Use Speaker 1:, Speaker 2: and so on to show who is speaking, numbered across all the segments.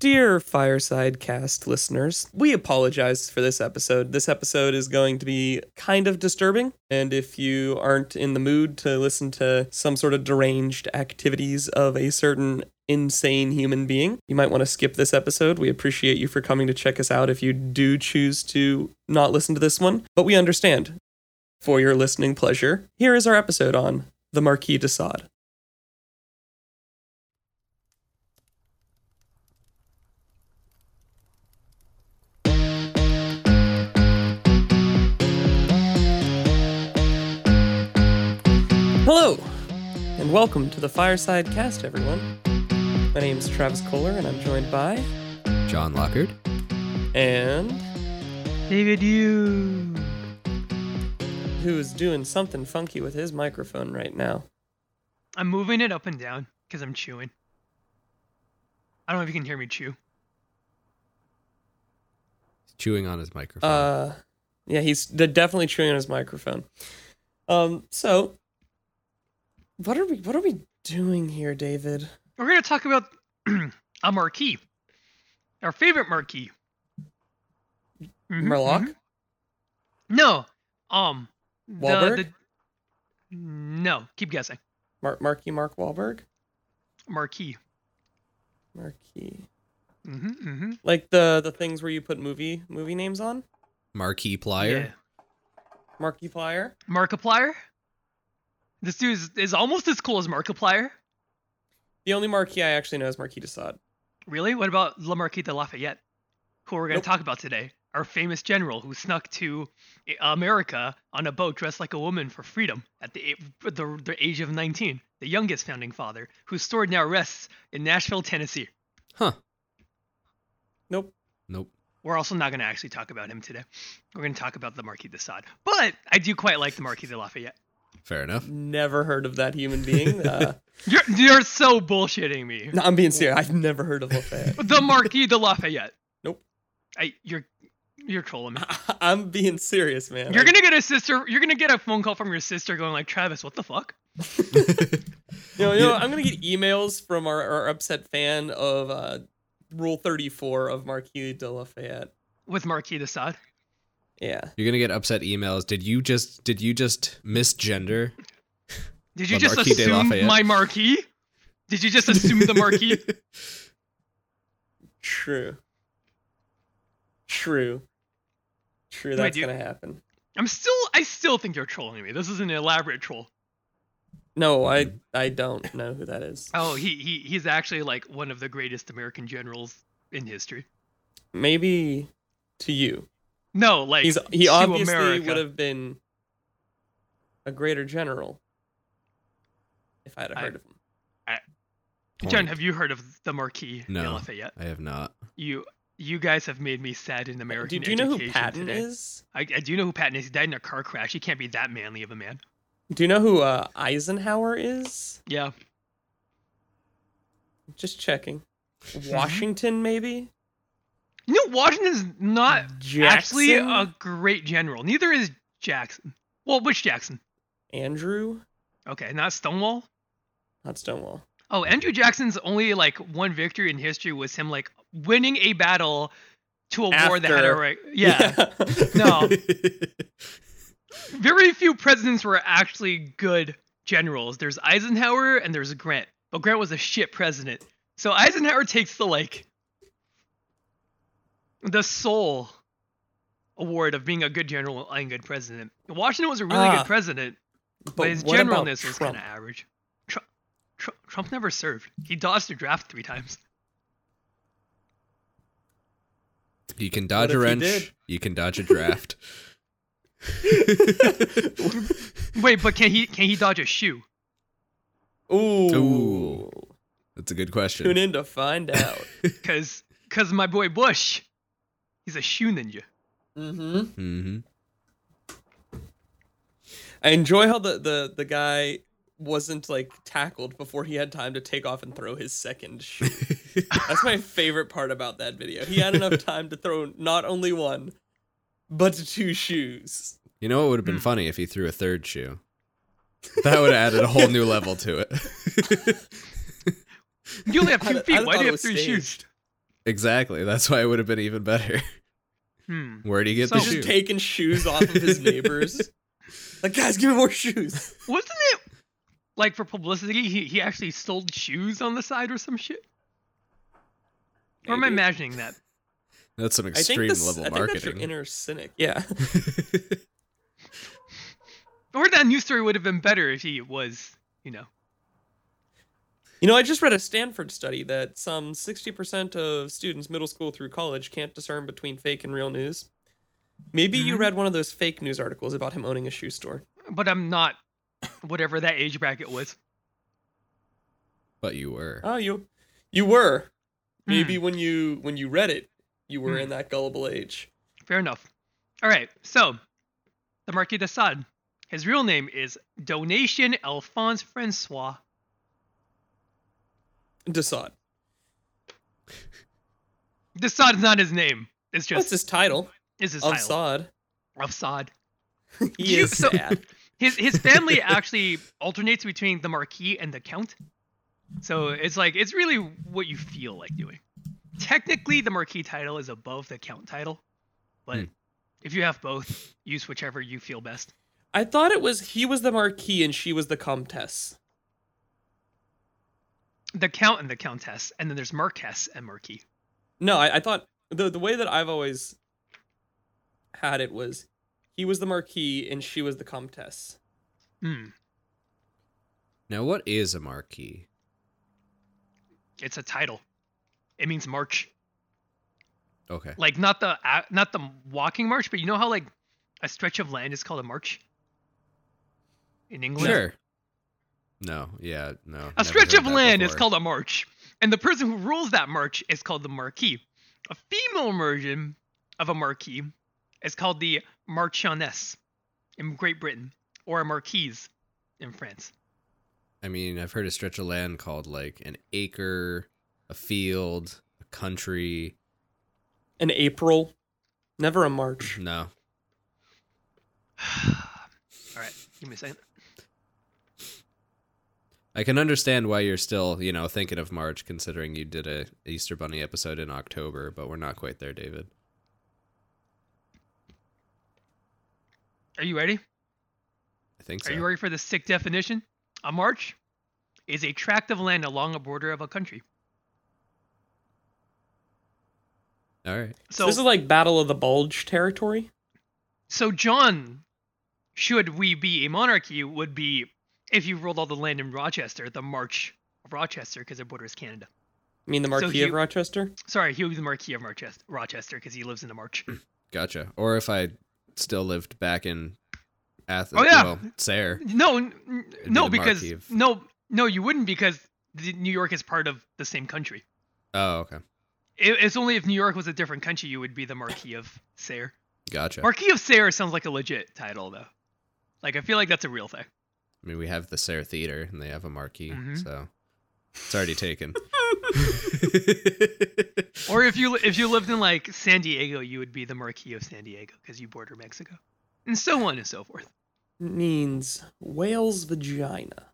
Speaker 1: Dear Fireside Cast listeners, we apologize for this episode. This episode is going to be kind of disturbing, and if you aren't in the mood to listen to some sort of deranged activities of a certain insane human being, you might want to skip this episode. We appreciate you for coming to check us out if you do choose to not listen to this one, but we understand. For your listening pleasure, here is our episode on The Marquis de Sade. Hello, and welcome to the Fireside Cast, everyone. My name is Travis Kohler, and I'm joined by
Speaker 2: John Lockard.
Speaker 1: and
Speaker 3: David, you.
Speaker 1: who is doing something funky with his microphone right now.
Speaker 3: I'm moving it up and down because I'm chewing. I don't know if you can hear me chew.
Speaker 2: He's chewing on his microphone.
Speaker 1: Uh, yeah, he's de- definitely chewing on his microphone. Um, so what are we what are we doing here, David?
Speaker 3: We're gonna talk about a marquee, our favorite marquee. Mhm,
Speaker 1: Murloc?
Speaker 3: mhm. mm-hmm. No. Um. the-
Speaker 1: Wahlberg?
Speaker 3: the- No. Keep guessing.
Speaker 1: Mark Marky Mark Wahlberg?
Speaker 3: Marquee.
Speaker 1: Marky.
Speaker 3: Mm-hmm. Mm-hmm.
Speaker 1: Like the the things where you put movie movie names on?
Speaker 2: Marquee Plier.
Speaker 1: Marky Plier?
Speaker 3: Markiplier. This dude is, is almost as cool as Markiplier.
Speaker 1: The only Marquis I actually know is Marquis de Sade.
Speaker 3: Really? What about La Marquis de Lafayette, who we're going to
Speaker 1: Nope.
Speaker 3: talk about today? Our famous general who snuck to I- America on a boat dressed like a woman for freedom at the, a- the, the age of 19, the youngest founding father, whose sword now rests in Nashville, Tennessee.
Speaker 2: Huh.
Speaker 1: Nope.
Speaker 2: Nope.
Speaker 3: We're also not going to actually talk about him today. We're going to talk about the Marquis de Sade. But I do quite like the Marquis de Lafayette.
Speaker 2: Fair enough.
Speaker 1: Never heard of that human being. Uh,
Speaker 3: You're, you're so bullshitting me.
Speaker 1: no, I'm being serious. I've never heard of Lafayette.
Speaker 3: The Marquis de Lafayette.
Speaker 1: Nope.
Speaker 3: I, you're, you're trolling me.
Speaker 1: I'm being serious, man.
Speaker 3: You're gonna get a sister. You're gonna get a phone call from your sister going like, Travis, what the fuck?
Speaker 1: You know, you know, I'm gonna get emails from our, our upset fan of uh, Rule 34 of Marquis de Lafayette.
Speaker 3: With Marquis de Sade.
Speaker 1: Yeah,
Speaker 2: You're gonna get upset emails. Did you just did you just misgender?
Speaker 3: Did you
Speaker 2: The
Speaker 3: just
Speaker 2: Marquis de
Speaker 3: assume
Speaker 2: Lafayette.
Speaker 3: my Marquis? Did you just assume the Marquis?
Speaker 1: true, true, true. That's
Speaker 3: do you-
Speaker 1: gonna happen.
Speaker 3: I'm still. I still think you're trolling me. This is an elaborate troll.
Speaker 1: No, I I don't know who that is.
Speaker 3: Oh, he he he's actually like one of the greatest American generals in history.
Speaker 1: Maybe to you.
Speaker 3: No, like
Speaker 1: He's he
Speaker 3: to
Speaker 1: obviously
Speaker 3: America.
Speaker 1: would have been a greater general if I'd have
Speaker 3: I-
Speaker 1: heard of him.
Speaker 3: John, have you heard of the Marquis de
Speaker 2: No.
Speaker 3: Lafayette?
Speaker 2: I have not.
Speaker 3: You you guys have made me sad in American
Speaker 1: Do, do you know who
Speaker 3: education
Speaker 1: Patton
Speaker 3: today.
Speaker 1: is?
Speaker 3: I, I do know who Patton is. He died in a car crash. He can't be that manly of a man.
Speaker 1: Do you know who uh, Eisenhower is?
Speaker 3: Yeah.
Speaker 1: Just checking.
Speaker 3: Mm-hmm.
Speaker 1: Washington, maybe.
Speaker 3: You know, Washington's not actually
Speaker 1: Jackson?
Speaker 3: a great general. Neither is Jackson. Well, which Jackson?
Speaker 1: Andrew,
Speaker 3: Okay, not Stonewall.
Speaker 1: not Stonewall.
Speaker 3: Oh, Andrew Jackson's only like one victory in history was him like winning a battle to a war that had
Speaker 1: After.
Speaker 3: already. Yeah. No. Very few presidents were actually good generals. There's Eisenhower and there's Grant, but Grant was a shit president. So Eisenhower takes the like the sole award of being a good general and good president. Washington was a really
Speaker 1: Ah.
Speaker 3: good president,
Speaker 1: but,
Speaker 3: but, his
Speaker 1: what about
Speaker 3: generalness was
Speaker 1: Trump?
Speaker 3: kind of average. Trump, Trump, Trump never served. He dodged the draft three times.
Speaker 2: You can
Speaker 1: What
Speaker 2: dodge
Speaker 1: if
Speaker 2: a
Speaker 1: he
Speaker 2: wrench.
Speaker 1: did?
Speaker 2: You can dodge a draft.
Speaker 3: Wait, but can he can he dodge a shoe?
Speaker 1: Ooh.
Speaker 2: Ooh. That's a good
Speaker 1: Tune
Speaker 2: question.
Speaker 1: in to find out.
Speaker 3: Cause cause my boy Bush, he's a shoe ninja.
Speaker 1: mm-hmm.
Speaker 2: hmm
Speaker 1: I enjoy how the, the the guy wasn't like tackled before he had time to take off and throw his second shoe. That's my favorite part about that video. He had enough time to throw not only one, but two shoes.
Speaker 2: You know what would have been
Speaker 3: Hmm.
Speaker 2: funny if he threw a third shoe. That would have added a whole new level to it.
Speaker 3: You only have
Speaker 1: I-
Speaker 3: two
Speaker 1: I
Speaker 3: feet. Why
Speaker 1: thought
Speaker 3: do you
Speaker 1: it
Speaker 3: have
Speaker 1: was
Speaker 3: three shoes?
Speaker 1: staged.
Speaker 2: Exactly. That's why it would have been even better.
Speaker 3: Hmm.
Speaker 2: Where'd he get
Speaker 3: So-
Speaker 2: the
Speaker 1: He's
Speaker 2: shoe?
Speaker 1: just taking shoes off of his neighbors. like, guys, give me more shoes.
Speaker 3: Wasn't it like for publicity? He he actually sold shoes on the side or some shit. Or am I
Speaker 1: Maybe.
Speaker 3: imagining that?
Speaker 2: That's some
Speaker 1: I think
Speaker 2: extreme
Speaker 1: this-
Speaker 2: level
Speaker 1: I think that's your
Speaker 2: marketing.
Speaker 1: inner cynic. Yeah.
Speaker 3: Or that news story would have been better if he was, you know.
Speaker 1: You know, I just read a Stanford study that some 60% of students, middle school through college, can't discern between fake and real news. Maybe you
Speaker 3: Mhm.
Speaker 1: read one of those fake news articles about him owning a shoe store.
Speaker 3: But I'm not whatever that age bracket was.
Speaker 2: but you were.
Speaker 1: Oh, you, you were.
Speaker 3: Hmm.
Speaker 1: Maybe when you when you read it, you were
Speaker 3: Hmm.
Speaker 1: in that gullible age.
Speaker 3: Fair enough. All right. So, the Marquis de Sade. His real name is Donation Alphonse Francois.
Speaker 1: Desaad.
Speaker 3: De Sade is not his name. It's
Speaker 1: What's
Speaker 3: just
Speaker 1: his title?
Speaker 3: is his
Speaker 1: Of
Speaker 3: title.
Speaker 1: Saad.
Speaker 3: Of Sade.
Speaker 1: He
Speaker 3: You-
Speaker 1: is
Speaker 3: so-
Speaker 1: sad.
Speaker 3: His his family actually alternates between the Marquis and the Count. So it's like it's really what you feel like doing. Technically, the Marquis title is above the Count title, but
Speaker 2: Hmm.
Speaker 3: if you have both, use whichever you feel best.
Speaker 1: I thought it was he was the marquis and she was the comtesse.
Speaker 3: The Count and the Countess, and then there's Marquess and Marquis.
Speaker 1: No, I, I thought the the way that I've always had it was he was the marquis and she was the comtesse.
Speaker 3: Hmm.
Speaker 2: Now, what is a marquee?
Speaker 3: It's a title. It means march.
Speaker 2: Okay.
Speaker 3: Like not the a- not the walking march, but you know how like a stretch of land is called a march in England.
Speaker 2: Sure. No. Yeah. No. never
Speaker 3: A stretch
Speaker 2: heard
Speaker 3: of
Speaker 2: that
Speaker 3: land is
Speaker 2: before.
Speaker 3: called a march, and the person who rules that march is called the marquis. A female version of a marquis is called the marchioness in Great Britain, or a marquise in France.
Speaker 2: I mean, I've heard a stretch of land called like an acre, a field, a country.
Speaker 1: An April, never a March.
Speaker 2: No.
Speaker 3: All right, give me a second.
Speaker 2: I can understand why you're still, you know, thinking of March, considering you did a Easter Bunny episode in October, but we're not quite there, David.
Speaker 3: Are you ready?
Speaker 2: I think
Speaker 3: Are
Speaker 2: so.
Speaker 3: you ready for the sick definition? A march is a tract of land along a border of a country.
Speaker 2: All right.
Speaker 1: So
Speaker 3: So,
Speaker 1: this is like Battle of the Bulge territory.
Speaker 3: so John, should we be a monarchy, would be if you ruled all the land in Rochester, the March of Rochester, because it borders Canada.
Speaker 1: I mean the Marquis of
Speaker 3: he-
Speaker 1: Rochester.
Speaker 3: Sorry, he would be the Marquis of Marches- Rochester because he lives in the March.
Speaker 2: Gotcha. Or if I still lived back in Athens.
Speaker 3: Oh, yeah.
Speaker 2: Well, Sayre.
Speaker 3: No, n- n-
Speaker 2: be
Speaker 3: no,
Speaker 2: the
Speaker 3: because
Speaker 2: Marquis of-
Speaker 3: no, no, you wouldn't because the, New York is part of the same country.
Speaker 2: Oh, okay.
Speaker 3: It, it's only if New York was a different country you would be the Marquis of Sayre.
Speaker 2: Gotcha.
Speaker 3: Marquis of Sayre sounds like a legit title though. Like I feel like that's a real thing.
Speaker 2: I mean, we have the Sayre Theater and they have a marquee,
Speaker 3: Mhm.
Speaker 2: so it's already taken.
Speaker 3: Or if you if you lived in like San Diego, you would be the Marquis of San Diego because you border Mexico, and so on and so forth.
Speaker 1: Means whale's vagina.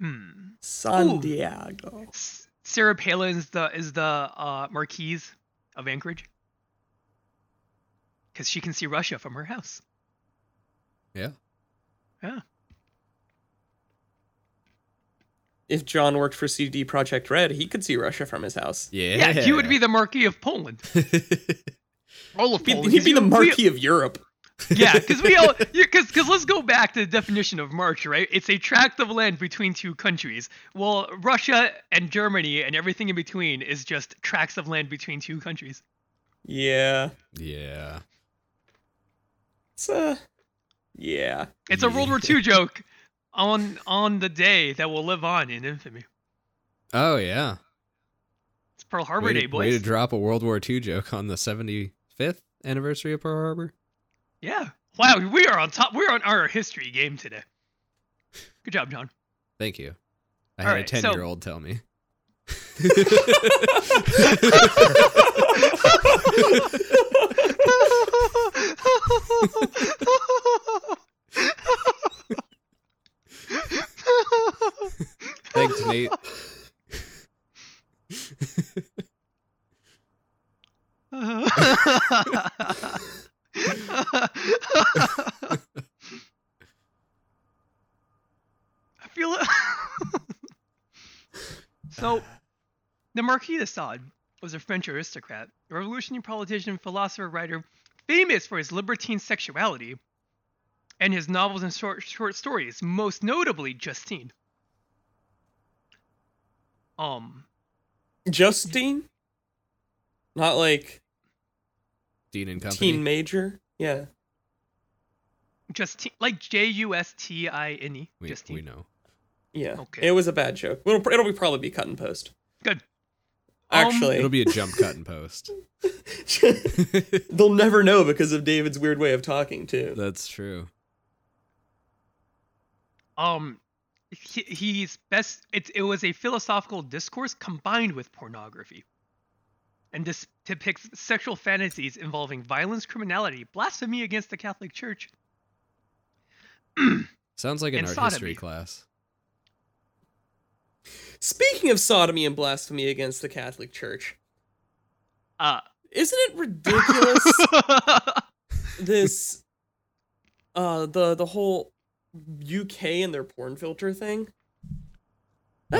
Speaker 3: Hmm.
Speaker 1: San
Speaker 3: Ooh.
Speaker 1: Diego.
Speaker 3: S- Sarah Palin is the is the uh, Marquis of Anchorage because she can see Russia from her house.
Speaker 2: yeah.
Speaker 1: If John worked for CD Project Red, he could see Russia from his house.
Speaker 2: Yeah.
Speaker 3: he would be the Marquis of Poland. All of
Speaker 1: He'd,
Speaker 3: Poland.
Speaker 1: he'd be the
Speaker 3: We-
Speaker 1: Marquis of Europe.
Speaker 3: yeah, because we all, because because let's go back to the definition of march, right? It's a tract of land between two countries. Well, Russia and Germany and everything in between is just tracts of land between two countries.
Speaker 1: Yeah.
Speaker 2: yeah.
Speaker 1: It's uh Yeah.
Speaker 3: It's a World War II joke on on the day that will live on in infamy.
Speaker 2: Oh, yeah.
Speaker 3: It's Pearl Harbor
Speaker 2: way to,
Speaker 3: Day,
Speaker 2: way to
Speaker 3: boys.
Speaker 2: drop a World War II joke on the 75th anniversary of Pearl Harbor.
Speaker 3: yeah. Wow, we are on top. We're on our history game today. Good job, John.
Speaker 2: Thank you. I
Speaker 3: All
Speaker 2: had
Speaker 3: right,
Speaker 2: a
Speaker 3: so-
Speaker 2: 10 year old tell me. Thanks, Nate.
Speaker 3: I feel it. so, the Marquis de Sade was a French aristocrat, a revolutionary politician, philosopher, writer, famous for his libertine sexuality and his novels and short, short stories, most notably Justine. Um,
Speaker 1: Justine? Not like
Speaker 2: Dean and Company.
Speaker 1: teen major? Yeah.
Speaker 3: Justine, like J U S T I N E.
Speaker 2: we,
Speaker 3: Justine.
Speaker 2: we know.
Speaker 1: Yeah.
Speaker 3: Okay.
Speaker 1: It was a bad joke. It'll, it'll be probably be cut and post.
Speaker 3: Good. Um,
Speaker 1: Actually,
Speaker 2: It'll be a jump cut and post.
Speaker 1: they'll never know because of David's weird way of talking too.
Speaker 2: That's true.
Speaker 3: Um, he, he's best. It, it was a philosophical discourse combined with pornography, and this depicts sexual fantasies involving violence, criminality, blasphemy against the Catholic Church.
Speaker 2: Sounds like an
Speaker 3: And
Speaker 2: art
Speaker 3: sodomy.
Speaker 2: history class.
Speaker 1: Speaking of sodomy and blasphemy against the Catholic Church,
Speaker 3: Uh,
Speaker 1: isn't it ridiculous this uh the the whole UK and their porn filter thing?
Speaker 2: Oh, I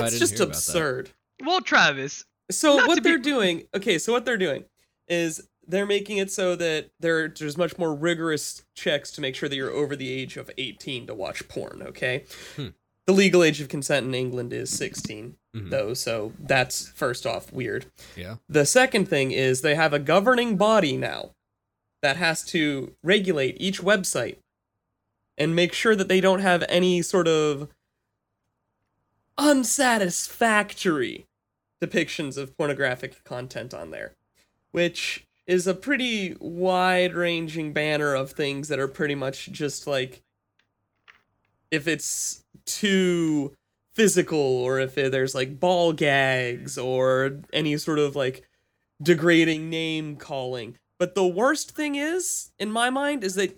Speaker 1: That's
Speaker 2: didn't
Speaker 1: just
Speaker 2: hear about that.
Speaker 1: absurd.
Speaker 3: well, Travis,
Speaker 1: So
Speaker 3: Not to
Speaker 1: what
Speaker 3: be-
Speaker 1: they're doing, okay, so what they're doing is they're making it so that there there's much more rigorous checks to make sure that you're over the age of 18 to watch porn, okay?
Speaker 2: Hmm.
Speaker 1: The legal age of consent in England is 16
Speaker 3: Mm-hmm.
Speaker 2: Mhm.
Speaker 1: though, so that's first off weird.
Speaker 2: Yeah.
Speaker 1: The second thing is they have a governing body now that has to regulate each website and make sure that they don't have any sort of unsatisfactory depictions of pornographic content on there, which is a pretty wide ranging banner of things that are pretty much just like if it's too physical or if there's like ball gags or any sort of like degrading name calling. But the worst thing is, in my mind, is that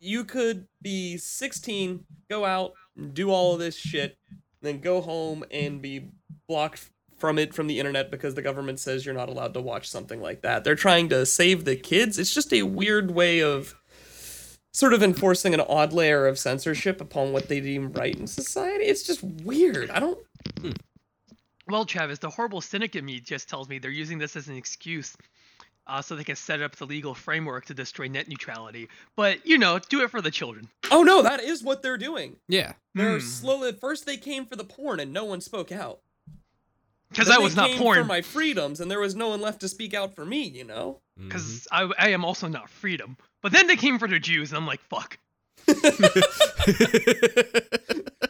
Speaker 1: you could be 16, go out, and do all of this shit, then go home and be blocked from it from the internet because the government says you're not allowed to watch something like that. They're trying to save the kids. It's just a weird way of sort of enforcing an odd layer of censorship upon what they deem right in society. It's just weird. I don't
Speaker 3: well, Travis, the horrible cynic in me just tells me they're using this as an excuse. Uh, so they can set up the legal framework to destroy net neutrality, but you know, do it for the children.
Speaker 1: Oh no, that is what they're doing.
Speaker 2: Yeah.
Speaker 1: They're
Speaker 3: Hmm.
Speaker 1: slowly first they came for the porn and no one spoke out.
Speaker 3: Because
Speaker 1: Then
Speaker 3: I
Speaker 1: they
Speaker 3: was not
Speaker 1: came
Speaker 3: porn.
Speaker 1: for my freedoms, and there was no one left to speak out for me. You know,
Speaker 3: Because I, I am also not freedom. But then they came for the Jews, and I'm like, fuck.
Speaker 2: Mm-hmm. Mhm.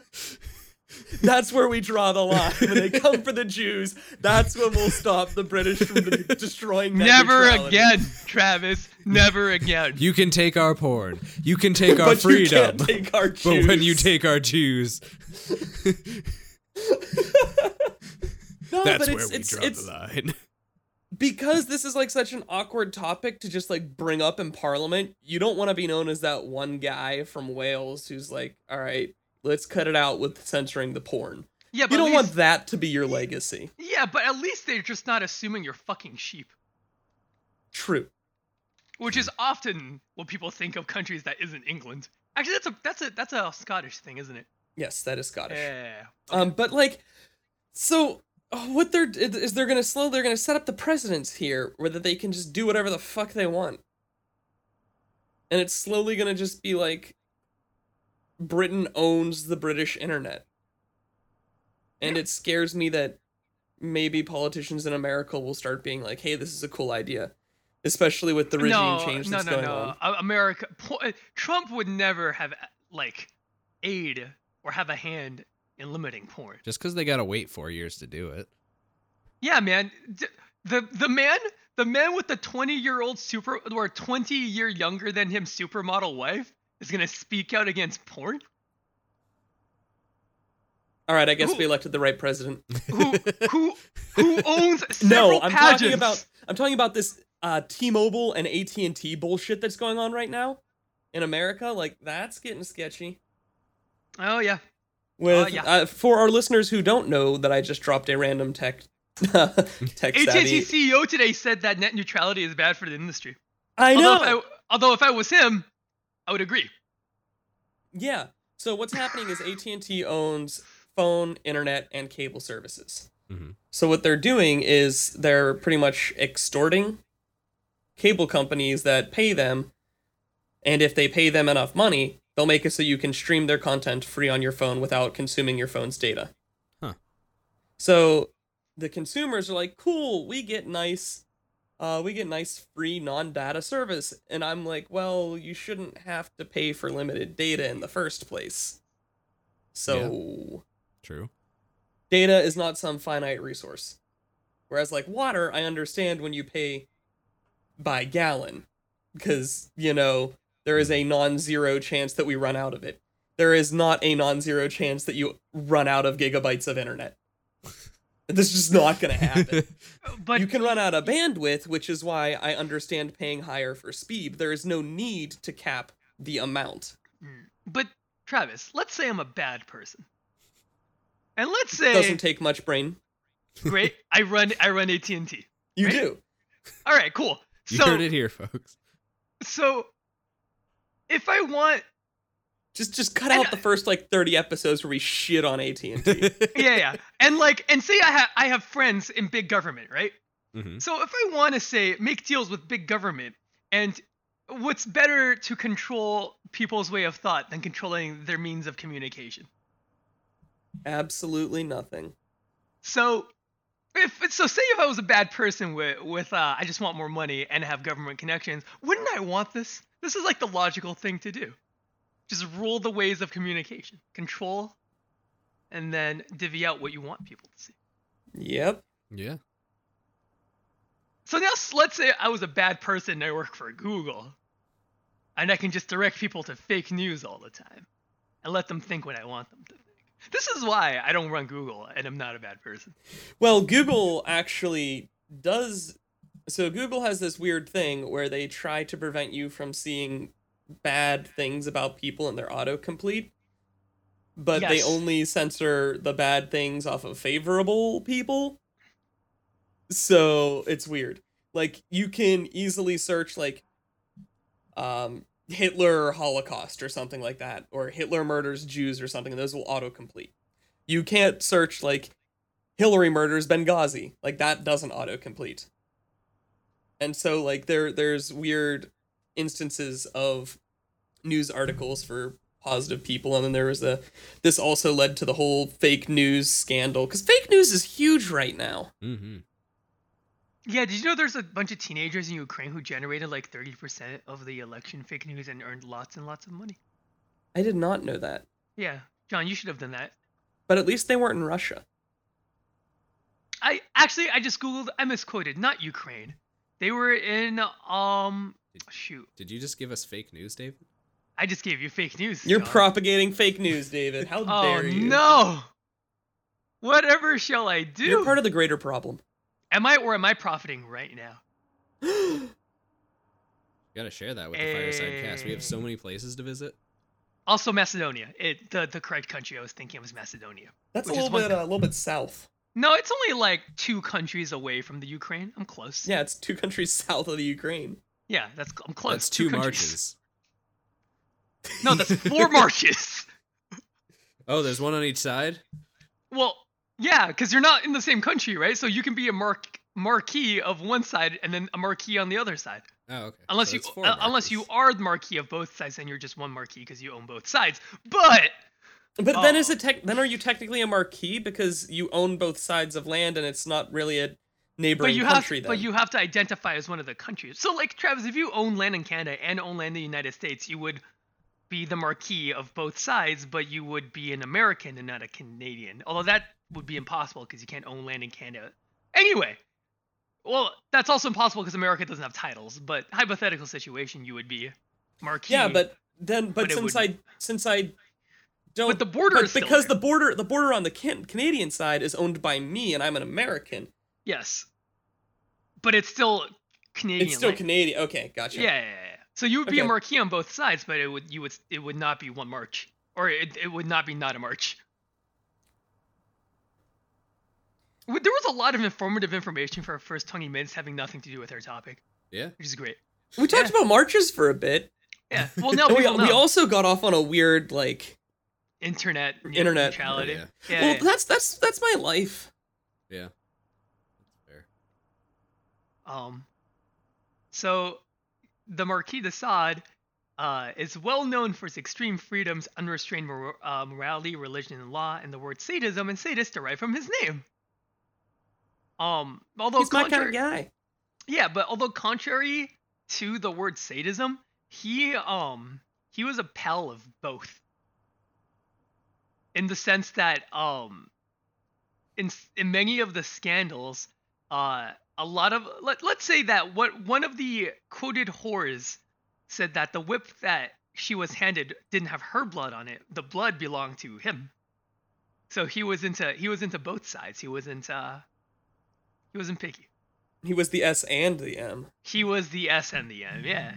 Speaker 1: that's where we draw the line. When they come for the Jews, that's when we'll stop the British from de- destroying. net
Speaker 3: Never
Speaker 1: neutrality.
Speaker 3: again, Travis. Never again.
Speaker 2: you can take our porn. You can take our
Speaker 1: But you
Speaker 2: freedom.
Speaker 1: can't take Oh, our
Speaker 2: But when you
Speaker 1: Jews.
Speaker 2: take our Jews,
Speaker 1: no,
Speaker 2: that's
Speaker 1: but
Speaker 2: where
Speaker 1: it's,
Speaker 2: we
Speaker 1: it's,
Speaker 2: draw
Speaker 1: it's,
Speaker 2: the line.
Speaker 1: because this is like such an awkward topic to just like bring up in parliament you don't want to be known as that one guy from wales who's like all right let's cut it out with censoring the porn
Speaker 3: Yeah, but
Speaker 1: you
Speaker 3: at
Speaker 1: don't
Speaker 3: least,
Speaker 1: want that to be your legacy
Speaker 3: Yeah, but at least they're just not assuming you're fucking sheep,
Speaker 1: true
Speaker 3: which is often what people think of countries that isn't England. Actually, that's a that's a that's a Scottish thing, isn't it?
Speaker 1: yes that is scottish
Speaker 3: Yeah.
Speaker 1: Um, but like, so oh, what they're is is they're gonna slow. They're gonna set up the precedents here, where that they can just do whatever the fuck they want, and it's slowly gonna just be like, Britain owns the British internet, and it scares me that maybe politicians in America will start being like, "Hey, this is a cool idea," especially with the regime
Speaker 3: no,
Speaker 1: change
Speaker 3: no,
Speaker 1: that's
Speaker 3: no,
Speaker 1: going
Speaker 3: no.
Speaker 1: on.
Speaker 3: A- America. po- eh, Trump would never have like aid or have a hand in limiting porn.
Speaker 2: Just because they gotta wait four years to do it.
Speaker 3: Yeah, man. D- The the man the man with the twenty year old super or twenty year younger than him supermodel wife is gonna speak out against porn.
Speaker 1: All right, I guess we
Speaker 3: Who-
Speaker 1: elected the right president.
Speaker 3: Who who who owns
Speaker 1: No,
Speaker 3: several
Speaker 1: I'm
Speaker 3: pageants?
Speaker 1: talking about I'm talking about this uh, T-Mobile and AT&T bullshit that's going on right now in America. Like that's getting sketchy.
Speaker 3: Oh yeah.
Speaker 1: With
Speaker 3: yeah. Oh,
Speaker 1: uh, for our listeners who don't know that I just dropped a random tech Tech savvy.
Speaker 3: AT&T CEO E today said that net neutrality is bad for the industry.
Speaker 1: I know.
Speaker 3: Although if I, although if I was him, I would agree.
Speaker 1: yeah. So what's happening is AT&T owns phone, internet, and cable services.
Speaker 2: Mhm.
Speaker 1: So what they're doing is they're pretty much extorting cable companies that pay them, and if they pay them enough money, they'll make it so you can stream their content free on your phone without consuming your phone's data.
Speaker 2: Huh.
Speaker 1: So the consumers are like, "Cool, we get nice uh, we get nice free non-data service and i'm like well you shouldn't have to pay for limited data in the first place so
Speaker 2: True.
Speaker 1: data is not some finite resource whereas like water i understand when you pay by gallon because you know there is
Speaker 3: Mm-hmm.
Speaker 1: a non-zero chance that we run out of it there is not a non-zero chance that you run out of gigabytes of internet this is just not going to happen
Speaker 3: But
Speaker 1: you can run out of bandwidth, which is why I understand paying higher for speed. There is no need to cap the amount.
Speaker 3: but Travis, let's say I'm a bad person. And let's
Speaker 1: It
Speaker 3: say
Speaker 1: doesn't take much brain.
Speaker 3: great, I run I run AT&T.
Speaker 1: You
Speaker 3: Right?
Speaker 1: do.
Speaker 3: All right, cool.
Speaker 2: you
Speaker 3: So
Speaker 2: heard it here, folks.
Speaker 3: so if I want
Speaker 1: Just just cut
Speaker 3: And-
Speaker 1: out the first like 30 episodes where we shit on AT&T.
Speaker 3: yeah, yeah. And like and say I have I have friends in big government, right?
Speaker 2: hmm
Speaker 3: So if I want to say make deals with big government and what's better to control people's way of thought than controlling their means of communication.
Speaker 1: Absolutely nothing.
Speaker 3: So if so say if I was a bad person with with uh, I just want more money and have government connections, wouldn't I want this? This is like the logical thing to do. Just rule the ways of communication, control, and then divvy out what you want people to see.
Speaker 1: Yep.
Speaker 2: Yeah.
Speaker 3: So now s- let's say I was a bad person and I work for Google, and I can just direct people to fake news all the time, and let them think what I want them to think. This is why I don't run Google and I'm not a bad person.
Speaker 1: Well, Google actually does so Google has this weird thing where they try to prevent you from seeing bad things about people in their autocomplete. But they
Speaker 3: Yes.
Speaker 1: only censor the bad things off of favorable people. So it's weird. Like you can easily search like um Hitler or Holocaust or something like that, or Hitler murders Jews or something, and those will autocomplete. You can't search like Hillary murders Benghazi. Like that doesn't autocomplete. And so like there there's weird instances of news articles for positive people and then there was a this also led to the whole fake news scandal cuz fake news is huge right now.
Speaker 2: hmm
Speaker 3: Yeah, did you know there's a bunch of teenagers in Ukraine who generated like 30% of the election fake news and earned lots and lots of money?
Speaker 1: I did not know that.
Speaker 3: Yeah, John, you should have done that.
Speaker 1: But at least they weren't in Russia.
Speaker 3: I actually I just googled I misquoted, not Ukraine. They were in um shoot.
Speaker 2: Did you just give us fake news, David?
Speaker 3: I just gave you fake news.
Speaker 1: You're
Speaker 3: John.
Speaker 1: propagating fake news, David. How
Speaker 3: Oh
Speaker 1: dare you?
Speaker 3: no. Whatever shall I do?
Speaker 1: You're part of the greater problem.
Speaker 3: am I or am I profiting right now?
Speaker 2: You gotta share that with the fireside cast. We have
Speaker 1: Eh.
Speaker 2: so many places to visit.
Speaker 3: Also Macedonia. It the the correct country I was thinking was Macedonia.
Speaker 1: That's a
Speaker 3: Which is
Speaker 1: little
Speaker 3: one
Speaker 1: bit uh, a little bit south.
Speaker 3: No, it's only like two countries away from the Ukraine. I'm close.
Speaker 1: Yeah, it's two countries south of the Ukraine.
Speaker 3: Yeah, that's I'm close.
Speaker 2: That's two,
Speaker 3: countries.
Speaker 2: marches.
Speaker 3: No, that's four marches.
Speaker 2: Oh, there's one on each side.
Speaker 3: Well, yeah, because you're not in the same country, right? So you can be a mark marquee of one side and then a marquee on the other side,
Speaker 2: Oh, okay.
Speaker 3: unless
Speaker 2: So
Speaker 3: you
Speaker 2: it's four
Speaker 3: uh, unless you
Speaker 2: marches.
Speaker 3: are the marquee of both sides, then you're just one marquee because you own both sides. But
Speaker 1: But then
Speaker 3: Oh.
Speaker 1: is it tech? Then are you technically a marquee because you own both sides of land and it's not really a neighboring
Speaker 3: but you
Speaker 1: country?
Speaker 3: have
Speaker 1: then
Speaker 3: but you have to identify as one of the countries. So like Travis, if you own land in Canada and own land in the United States, you would be the marquee of both sides, but you would be an American and not a Canadian. Although that would be impossible because you can't own land in Canada. Anyway, well, that's also impossible because America doesn't have titles. But hypothetical situation, you would be marquee.
Speaker 1: yeah, but then but,
Speaker 3: But it
Speaker 1: since
Speaker 3: would-
Speaker 1: I since I don't
Speaker 3: But the border
Speaker 1: but
Speaker 3: is still
Speaker 1: because
Speaker 3: there.
Speaker 1: the border the border on the can- Canadian side is owned by me and I'm an American.
Speaker 3: yes, but it's still Canadian.
Speaker 1: it's still
Speaker 3: land.
Speaker 1: Canadian. Okay, gotcha.
Speaker 3: Yeah, yeah, yeah, yeah. So you would be a
Speaker 1: Okay.
Speaker 3: marquee on both sides, but it would you would it would not be one march, or it, it would not be not a march. w- there was a lot of informative information for our first 20 minutes having nothing to do with our topic,
Speaker 2: Yeah.
Speaker 3: which is great.
Speaker 1: We talked
Speaker 3: Yeah.
Speaker 1: about marches for a bit.
Speaker 3: Yeah. Well, now
Speaker 1: and we,
Speaker 3: people know.
Speaker 1: we also got off on a weird like.
Speaker 3: internet, you know,
Speaker 1: Internet.
Speaker 3: neutrality.
Speaker 2: Yeah.
Speaker 3: Yeah,
Speaker 1: well,
Speaker 3: yeah.
Speaker 1: that's that's that's my life.
Speaker 2: Yeah. That's fair.
Speaker 3: Um, so the Marquis de Sade uh, is well known for his extreme freedoms, unrestrained mor- uh, morality, religion, and law, and the word sadism and sadist derive from his name. Um, although
Speaker 1: He's my kind
Speaker 3: contrary-
Speaker 1: of guy.
Speaker 3: yeah, but although contrary to the word sadism, he um he was a pal of both. In the sense that um in s- in many of the scandals, uh a lot of let, let's say that what one of the quoted whores said that the whip that she was handed didn't have her blood on it. The blood belonged to him. So he was into he was into both sides. He wasn't uh he wasn't picky.
Speaker 1: He was the S and the M.
Speaker 3: He was the S and the M, yeah.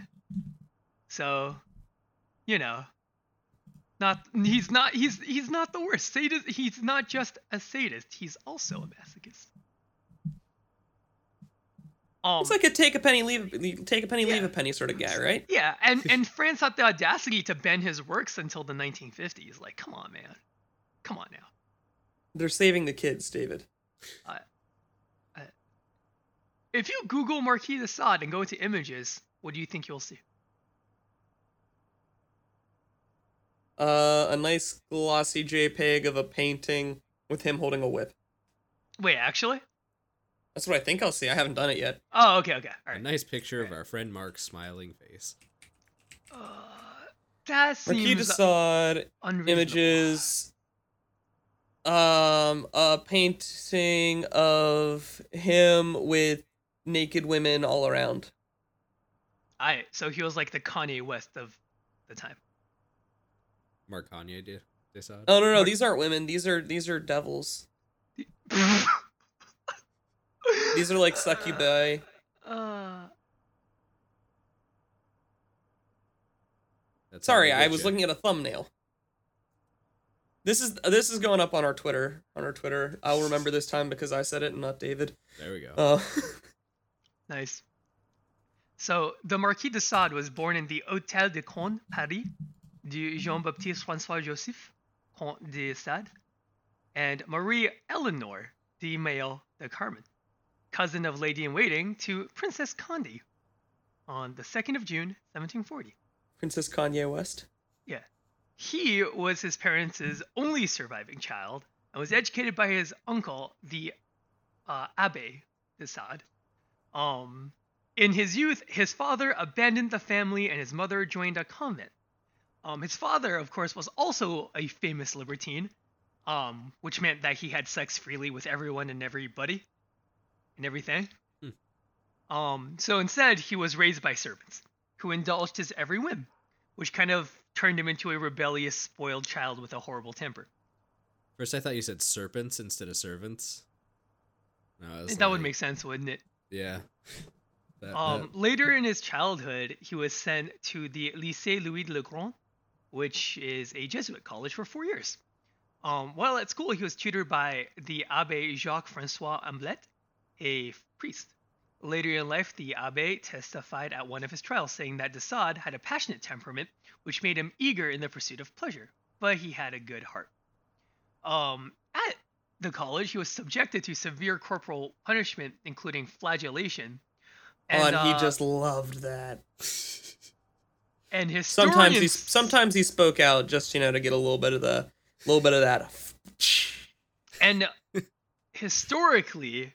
Speaker 3: So, you know, not he's not he's he's not the worst sadist. He's not just a sadist. He's also a masochist. Um,
Speaker 1: It's like a take a penny leave a- take a penny leave
Speaker 3: Yeah.
Speaker 1: a penny sort of guy, right?
Speaker 3: yeah, and and France had the audacity to ban his works until the 1950s. Like, come on, man, come on now.
Speaker 1: They're saving the kids, David.
Speaker 3: Uh, If you Google Marquis de Sade and go to images, what do you think you'll see?
Speaker 1: Uh, a nice glossy JPEG of a painting with him holding a whip.
Speaker 3: Wait, actually?
Speaker 1: That's what I think I'll see. I haven't done it yet.
Speaker 3: Oh, okay, okay,
Speaker 2: A
Speaker 3: all right.
Speaker 2: nice picture of our friend Mark's smiling face.
Speaker 3: Uh, that
Speaker 1: Marquis de
Speaker 3: seems
Speaker 1: Sade
Speaker 3: unreasonable.
Speaker 1: images. Um, a painting of him with naked women all around.
Speaker 3: I so he was like the Kanye West of the time.
Speaker 2: Mark Kanye did. They saw it.
Speaker 1: Oh no, no, these aren't women. These are these are devils. These are like succubi.
Speaker 3: Uh,
Speaker 2: That's how
Speaker 1: Sorry,
Speaker 2: they
Speaker 1: I
Speaker 2: get
Speaker 1: was
Speaker 2: ya.
Speaker 1: looking at a thumbnail. This is this is going up on our Twitter. On our Twitter, I'll remember this time because I said it and not David.
Speaker 2: There we go.
Speaker 1: Uh,
Speaker 3: nice. So the Marquis de Sade was born in the Hôtel de Conde, Paris, du Jean-Baptiste François Joseph Comte de Sade, and Marie Eleanor de Mail de Carmen, cousin of Lady in Waiting to Princess Condé, on the 2nd of June, 1740.
Speaker 1: Princess Kanye West.
Speaker 3: He was his parents' only surviving child and was educated by his uncle, the uh, Abbe de Sade. Um, in his youth, his father abandoned the family and his mother joined a convent. Um, his father, of course, was also a famous libertine, um, which meant that he had sex freely with everyone and everybody and everything. Um, so instead, he was raised by servants who indulged his every whim which kind of turned him into a rebellious, spoiled child with a horrible temper.
Speaker 2: First, I thought you said serpents instead of servants. No, I was
Speaker 3: That would
Speaker 2: like-
Speaker 3: make sense, wouldn't it?
Speaker 2: Yeah. That-
Speaker 3: Um,
Speaker 2: that-
Speaker 3: later in his childhood, he was sent to the Lycée Louis le Grand, which is a Jesuit college for four years. Um, while at school, he was tutored by the Abbe Jacques Francois Amblet, a priest. Later in life, the Abbe testified at one of his trials, saying that Desaad had a passionate temperament, which made him eager in the pursuit of pleasure, but he had a good heart. Um, at the college, he was subjected to severe corporal punishment, including flagellation.
Speaker 1: Oh, and
Speaker 3: uh,
Speaker 1: he just loved that.
Speaker 3: and historians
Speaker 1: Sometimes he sometimes he spoke out just you know to get a little bit of the little bit of that.
Speaker 3: and historically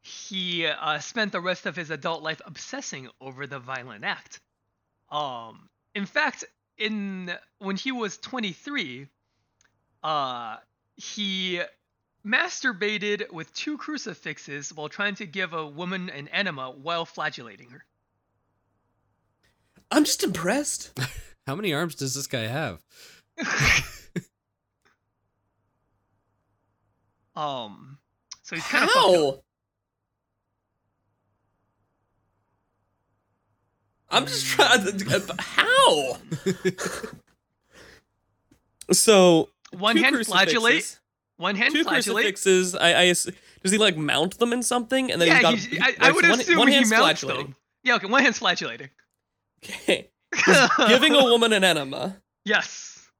Speaker 3: he uh, spent the rest of his adult life obsessing over the violent act um in fact in when he was 23 uh he masturbated with two crucifixes while trying to give a woman an enema while flagellating her
Speaker 1: I'm just impressed.
Speaker 2: How many arms does this guy have?
Speaker 3: um so he's kind of
Speaker 1: How? I'm just
Speaker 3: Mm.
Speaker 1: trying to. How? so
Speaker 3: one
Speaker 1: two
Speaker 3: hand flagellate
Speaker 1: crucifixes-
Speaker 3: one hand
Speaker 1: Two
Speaker 3: flagellate
Speaker 1: crucifixes. I, I ass- Does he like mount them in something and then
Speaker 3: yeah,
Speaker 1: he's got?
Speaker 3: he's-
Speaker 1: he-
Speaker 3: I, I
Speaker 1: like,
Speaker 3: would
Speaker 1: one,
Speaker 3: assume
Speaker 1: one
Speaker 3: he
Speaker 1: hand's
Speaker 3: mounts
Speaker 1: flatulating.
Speaker 3: them. Yeah, okay, one hand's flatulating.
Speaker 1: Okay, giving a woman an enema.
Speaker 3: yes.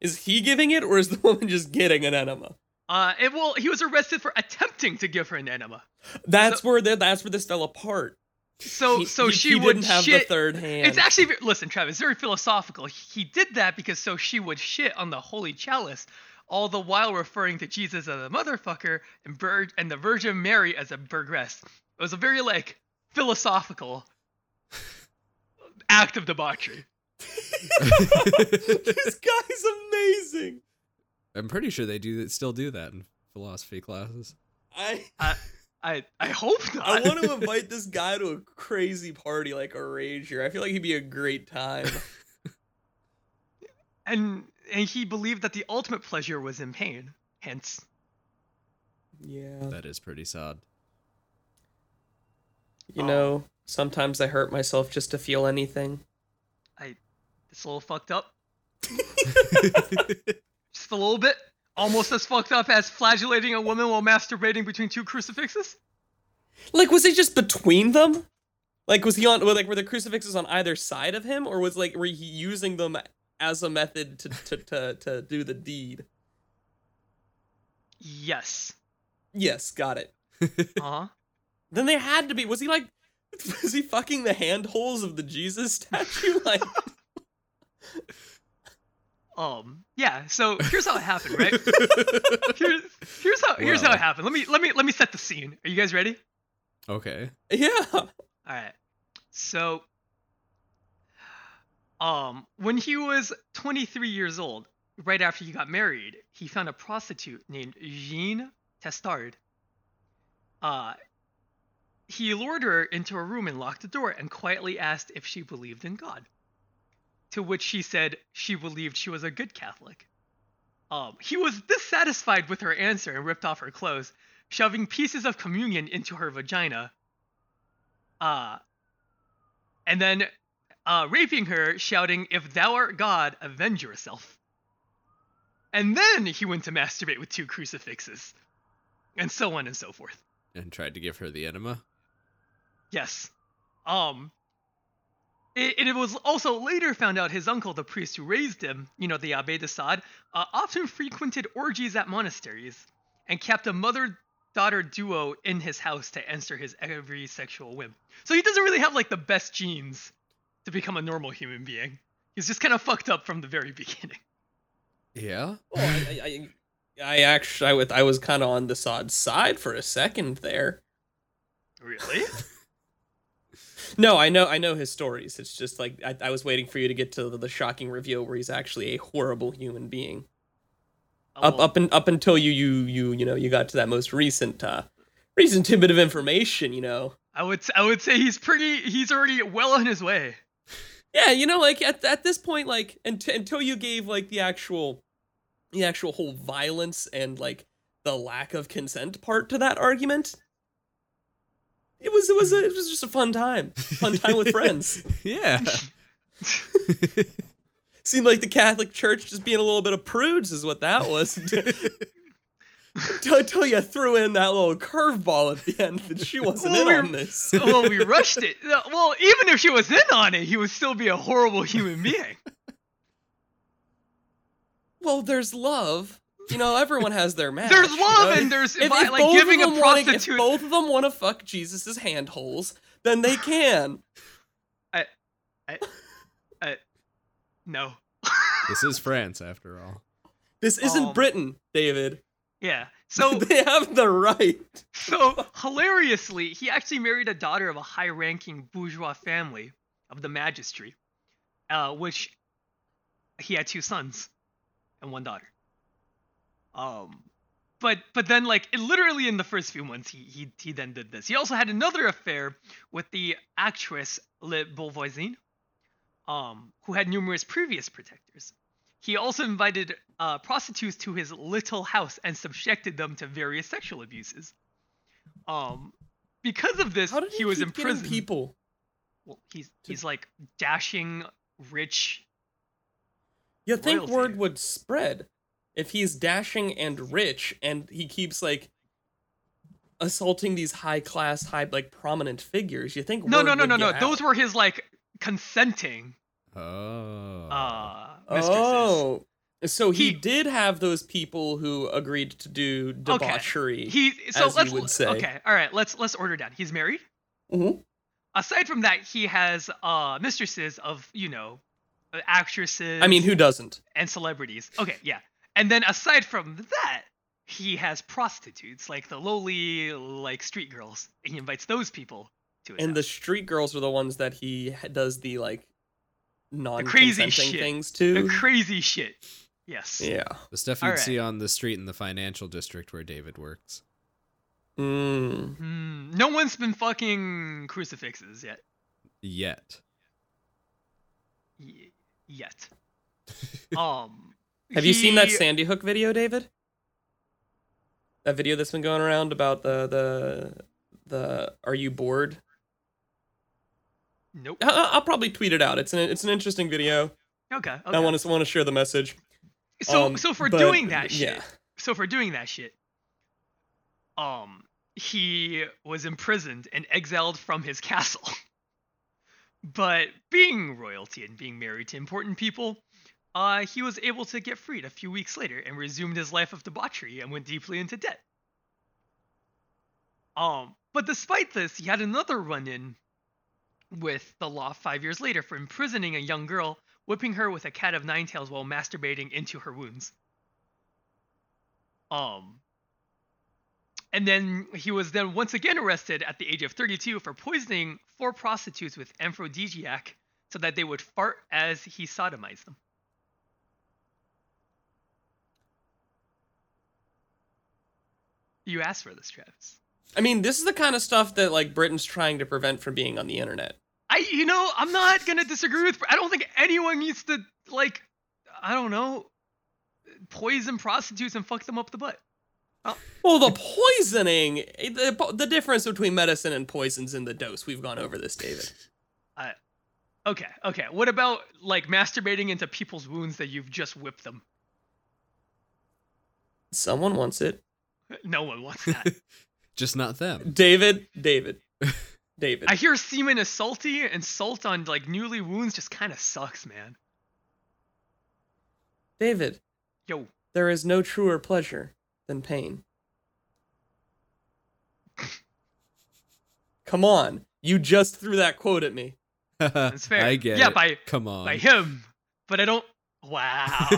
Speaker 1: Is he giving it or is the woman just getting an enema?
Speaker 3: Uh, and well, he was arrested for attempting to give her an enema.
Speaker 1: That's where the, that's where this fell apart.
Speaker 3: So,
Speaker 1: He-
Speaker 3: so
Speaker 1: he-
Speaker 3: she
Speaker 1: he
Speaker 3: would
Speaker 1: didn't have
Speaker 3: shit.
Speaker 1: the third hand.
Speaker 3: It's actually ve- listen, Travis. Very philosophical. He did that because so she would shit on the holy chalice, all the while referring to Jesus as a motherfucker and Vir- and the Virgin Mary as a burgress. It was a very like philosophical act of debauchery.
Speaker 1: this guy's amazing.
Speaker 2: I'm pretty sure they do still do that in philosophy classes.
Speaker 1: I
Speaker 3: I I hope
Speaker 1: I
Speaker 3: not.
Speaker 1: want to invite this guy to a crazy party like a rager. I feel like he'd be a great time.
Speaker 3: and and he believed that the ultimate pleasure was in pain. Hence,
Speaker 1: Yeah.
Speaker 2: That is pretty sad.
Speaker 1: You know, sometimes I hurt myself just to feel anything.
Speaker 3: it's a little fucked up. Just a little bit. Almost as fucked up as flagellating a woman while masturbating between two crucifixes.
Speaker 1: Like, was it just between them? Like, was he on? Like, were the crucifixes on either side of him, or was like were he using them as a method to to to, to do the deed?
Speaker 3: Yes.
Speaker 1: Yes, got it.
Speaker 3: Uh-huh.
Speaker 1: Then there had to be. Was he like? Was he fucking the handholes of the Jesus statue? Like,
Speaker 3: Um. Yeah. So here's how it happened, right? Here's here's how here's how
Speaker 2: Wow.
Speaker 3: it happened. Let me let me let me set the scene. Are you guys ready?
Speaker 2: okay.
Speaker 1: yeah.
Speaker 3: All right. So, um, when he was 23 years old, right after he got married, he found a prostitute named Jean Testard. Uh, he lured her into a room and locked the door and quietly asked if she believed in God. To which she said she believed she was a good Catholic. Um, he was dissatisfied with her answer and ripped off her clothes, shoving pieces of communion into her vagina uh, and then uh, raping her, shouting, If thou art God, avenge yourself. And then he went to masturbate with two crucifixes, and so on and so forth.
Speaker 2: And tried to give her the enema.
Speaker 3: Yes. Um. It, it was also later found out his uncle, the priest who raised him, you know, the Abbe de Sade, uh, often frequented orgies at monasteries and kept a mother daughter duo in his house to answer his every sexual whim. So he doesn't really have, like, the best genes to become a normal human being. He's just kind of fucked up from the very beginning.
Speaker 2: Yeah.
Speaker 1: Well, I, I, I, I actually, I was, I was kind of on the sod side for a second there.
Speaker 3: Really?
Speaker 1: No, I know, I know his stories. It's just like I, I was waiting for you to get to the, the shocking reveal where he's actually a horrible human being. Up, up, and up until you, you, you, you know, you got to that most recent, uh, recent tidbit of information. You know,
Speaker 3: I would, I would say he's pretty, he's already well on his way.
Speaker 1: yeah, you know, like at at this point, like unt- until you gave like the actual, the actual whole violence and like the lack of consent part to that argument. It was, it was, a, it was just a fun time, fun time with friends.
Speaker 2: Yeah.
Speaker 1: Seemed like the Catholic Church just being a little bit of prudes is what that was. Until you threw in that little curveball at the end that she wasn't in
Speaker 3: Well,
Speaker 1: on this.
Speaker 3: well, we rushed it. No, Well, even if she was in on it, he would still be a horrible human being.
Speaker 1: Well, there's love. You know, everyone has their match.
Speaker 3: There's
Speaker 1: you
Speaker 3: love
Speaker 1: know?
Speaker 3: and there's
Speaker 1: If-
Speaker 3: vi-
Speaker 1: if
Speaker 3: like
Speaker 1: both
Speaker 3: giving
Speaker 1: of
Speaker 3: a
Speaker 1: them wanna-
Speaker 3: prostitute.
Speaker 1: If both of them want to fuck Jesus' handholes, then they can.
Speaker 3: No.
Speaker 2: this is France after all.
Speaker 1: This isn't
Speaker 3: Um,
Speaker 1: Britain, David.
Speaker 3: Yeah. So
Speaker 1: they have the right.
Speaker 3: so hilariously, he actually married a daughter of a high-ranking bourgeois family of the magistracy, uh, which he had two sons and one daughter. Um, but but then like it literally in the first few months he he he then did this. He also had another affair with the actress Le Beauvoisine, um, who had numerous previous protectors. He also invited uh, prostitutes to his little house and subjected them to various sexual abuses. Um, because of this,
Speaker 1: How did
Speaker 3: he,
Speaker 1: he,
Speaker 3: was
Speaker 1: keep
Speaker 3: in
Speaker 1: getting
Speaker 3: prison.
Speaker 1: People.
Speaker 3: Well, he's he's like dashing, rich.
Speaker 1: You think
Speaker 3: royalty.
Speaker 1: word would spread if he's dashing and rich and he keeps like assaulting these high class, high like prominent figures. You think
Speaker 3: No,
Speaker 1: word
Speaker 3: no, no,
Speaker 1: would
Speaker 3: no,
Speaker 1: get
Speaker 3: no.
Speaker 1: out.
Speaker 3: Those were his like consenting
Speaker 2: Oh.
Speaker 3: uh mistresses.
Speaker 1: oh. So he,
Speaker 3: He-
Speaker 1: did have those people who agreed to do debauchery.
Speaker 3: He so
Speaker 1: as you
Speaker 3: let's
Speaker 1: would say.
Speaker 3: okay. All right, let's let's order down. He's married.
Speaker 1: Mhm.
Speaker 3: Aside from that, he has uh mistresses of you know uh, actresses.
Speaker 1: I mean, who doesn't?
Speaker 3: and celebrities. Okay, yeah. And then aside from that, he has prostitutes like the lowly like street girls. And he invites those people to his
Speaker 1: And the
Speaker 3: house.
Speaker 1: street girls are the ones that he ha- does the like non
Speaker 3: crazy
Speaker 1: consenting
Speaker 3: shit.
Speaker 1: things
Speaker 3: The
Speaker 1: to.
Speaker 3: crazy shit. Yes.
Speaker 1: yeah.
Speaker 2: The stuff
Speaker 3: All
Speaker 2: you'd
Speaker 3: right.
Speaker 2: see on the street in the financial district where David works.
Speaker 1: Mm.
Speaker 3: Hmm, no one's been fucking crucifixes yet.
Speaker 2: Yet.
Speaker 3: Y- yet. um.
Speaker 1: Have you seen that
Speaker 3: he-
Speaker 1: Sandy Hook video, David? That video that's been going around about the the the Are you bored?
Speaker 3: Nope.
Speaker 1: I- I- I'll probably tweet it out. It's an it's an interesting video.
Speaker 3: Okay.
Speaker 1: I
Speaker 3: okay.
Speaker 1: want to want to share the message.
Speaker 3: so
Speaker 1: Um,
Speaker 3: so for
Speaker 1: but-
Speaker 3: doing that shit.
Speaker 1: yeah.
Speaker 3: so for doing that shit um he was imprisoned and exiled from his castle but being royalty and being married to important people uh he was able to get freed a few weeks later and resumed his life of debauchery and went deeply into debt um but despite this he had another run-in with the law five years later for imprisoning a young girl whipping her with a cat of nine tails while masturbating into her wounds um, and then he was then once again arrested at the age of 32 for poisoning four prostitutes with aphrodisiac so that they would fart as he sodomized them. You asked for this, Travis.
Speaker 1: I mean, this is the kind of stuff that like Britain's trying to prevent from being on the internet.
Speaker 3: I, you know, I'm not gonna disagree with. I don't think anyone needs to like, I don't know, poison prostitutes and fuck them up the butt.
Speaker 1: Well, the poisoning, eh, the, po- the difference between medicine and poisons in the dose. We've gone over this, David.
Speaker 3: Okay, okay. What about like masturbating into people's wounds that you've just whipped them?
Speaker 1: Someone wants it.
Speaker 3: No one wants that.
Speaker 2: Just not them.
Speaker 1: David, David, David.
Speaker 3: I hear semen is salty, and salt on like newly wounds just kind of sucks, man.
Speaker 1: David,
Speaker 3: Yo,
Speaker 1: there is no truer pleasure than pain. Come on. You just threw that quote at me.
Speaker 2: That's
Speaker 3: fair.
Speaker 2: I get
Speaker 3: Yeah,
Speaker 2: it.
Speaker 3: by-
Speaker 2: Come on.
Speaker 3: by him, but I don't. Wow.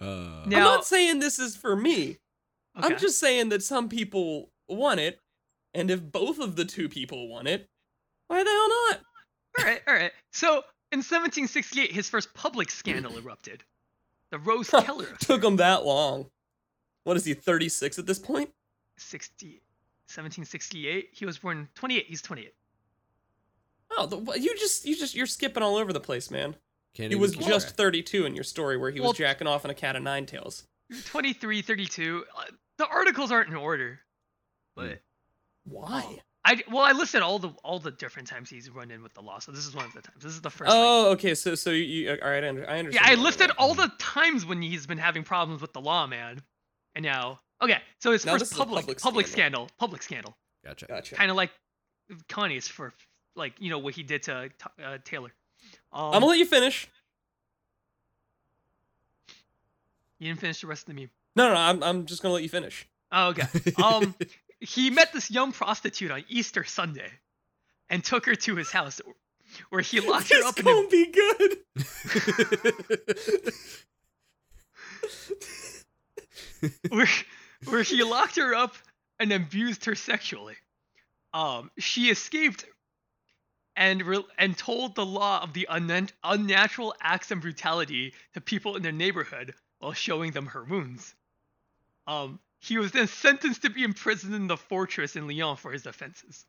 Speaker 2: Uh,
Speaker 3: Yeah.
Speaker 1: I'm
Speaker 3: Now-
Speaker 1: not saying this is for me.
Speaker 3: Okay.
Speaker 1: I'm just saying that some people want it, and if both of the two people want it, why the hell not?
Speaker 3: All right, all right. So in 1768, his first public scandal erupted. The Rose Keller affair.
Speaker 1: Took him that long. What is he, 36 at this point?
Speaker 3: 60, 1768. He was born 28. He's 28.
Speaker 1: Oh, the, what- you just, you just, you're skipping all over the place, man.
Speaker 2: can't
Speaker 1: He
Speaker 2: even
Speaker 1: was
Speaker 2: keep
Speaker 1: just
Speaker 2: track.
Speaker 1: 32 in your story where he was
Speaker 3: Well-
Speaker 1: jacking off in a cat of nine tails.
Speaker 3: 23, 32. Uh, the articles aren't in order, but.
Speaker 1: Hmm. Why?
Speaker 3: I well, I listed all the all the different times he's run in with the law, so this is one of the times. This is the first. thing.
Speaker 1: Oh, okay. So, so you, all right, I, under, I
Speaker 3: yeah,
Speaker 1: understand.
Speaker 3: I
Speaker 1: now.
Speaker 3: listed all the times when he's been having problems with the law, man. And now, okay, so his
Speaker 1: Now this
Speaker 3: first
Speaker 1: is a
Speaker 3: public
Speaker 1: public
Speaker 3: public scandal, public scandal,
Speaker 2: Gotcha.
Speaker 1: Gotcha.
Speaker 3: kind of like Kanye's for like you know what he did to uh, Taylor. Um,
Speaker 1: I'm gonna let you finish.
Speaker 3: you didn't finish the rest of the meme.
Speaker 1: No, no, no I'm, I'm just gonna let you finish.
Speaker 3: Oh, okay. Um, he met this young prostitute on Easter Sunday, and took her to his house, where he locked her
Speaker 1: This
Speaker 3: up in a
Speaker 1: gonna be good.
Speaker 3: where, where he locked her up and abused her sexually. Um, she escaped and re- and told the law of the unnat unnatural acts and brutality to people in their neighborhood while showing them her wounds. Um, he was then sentenced to be imprisoned in the fortress in Lyon for his offenses.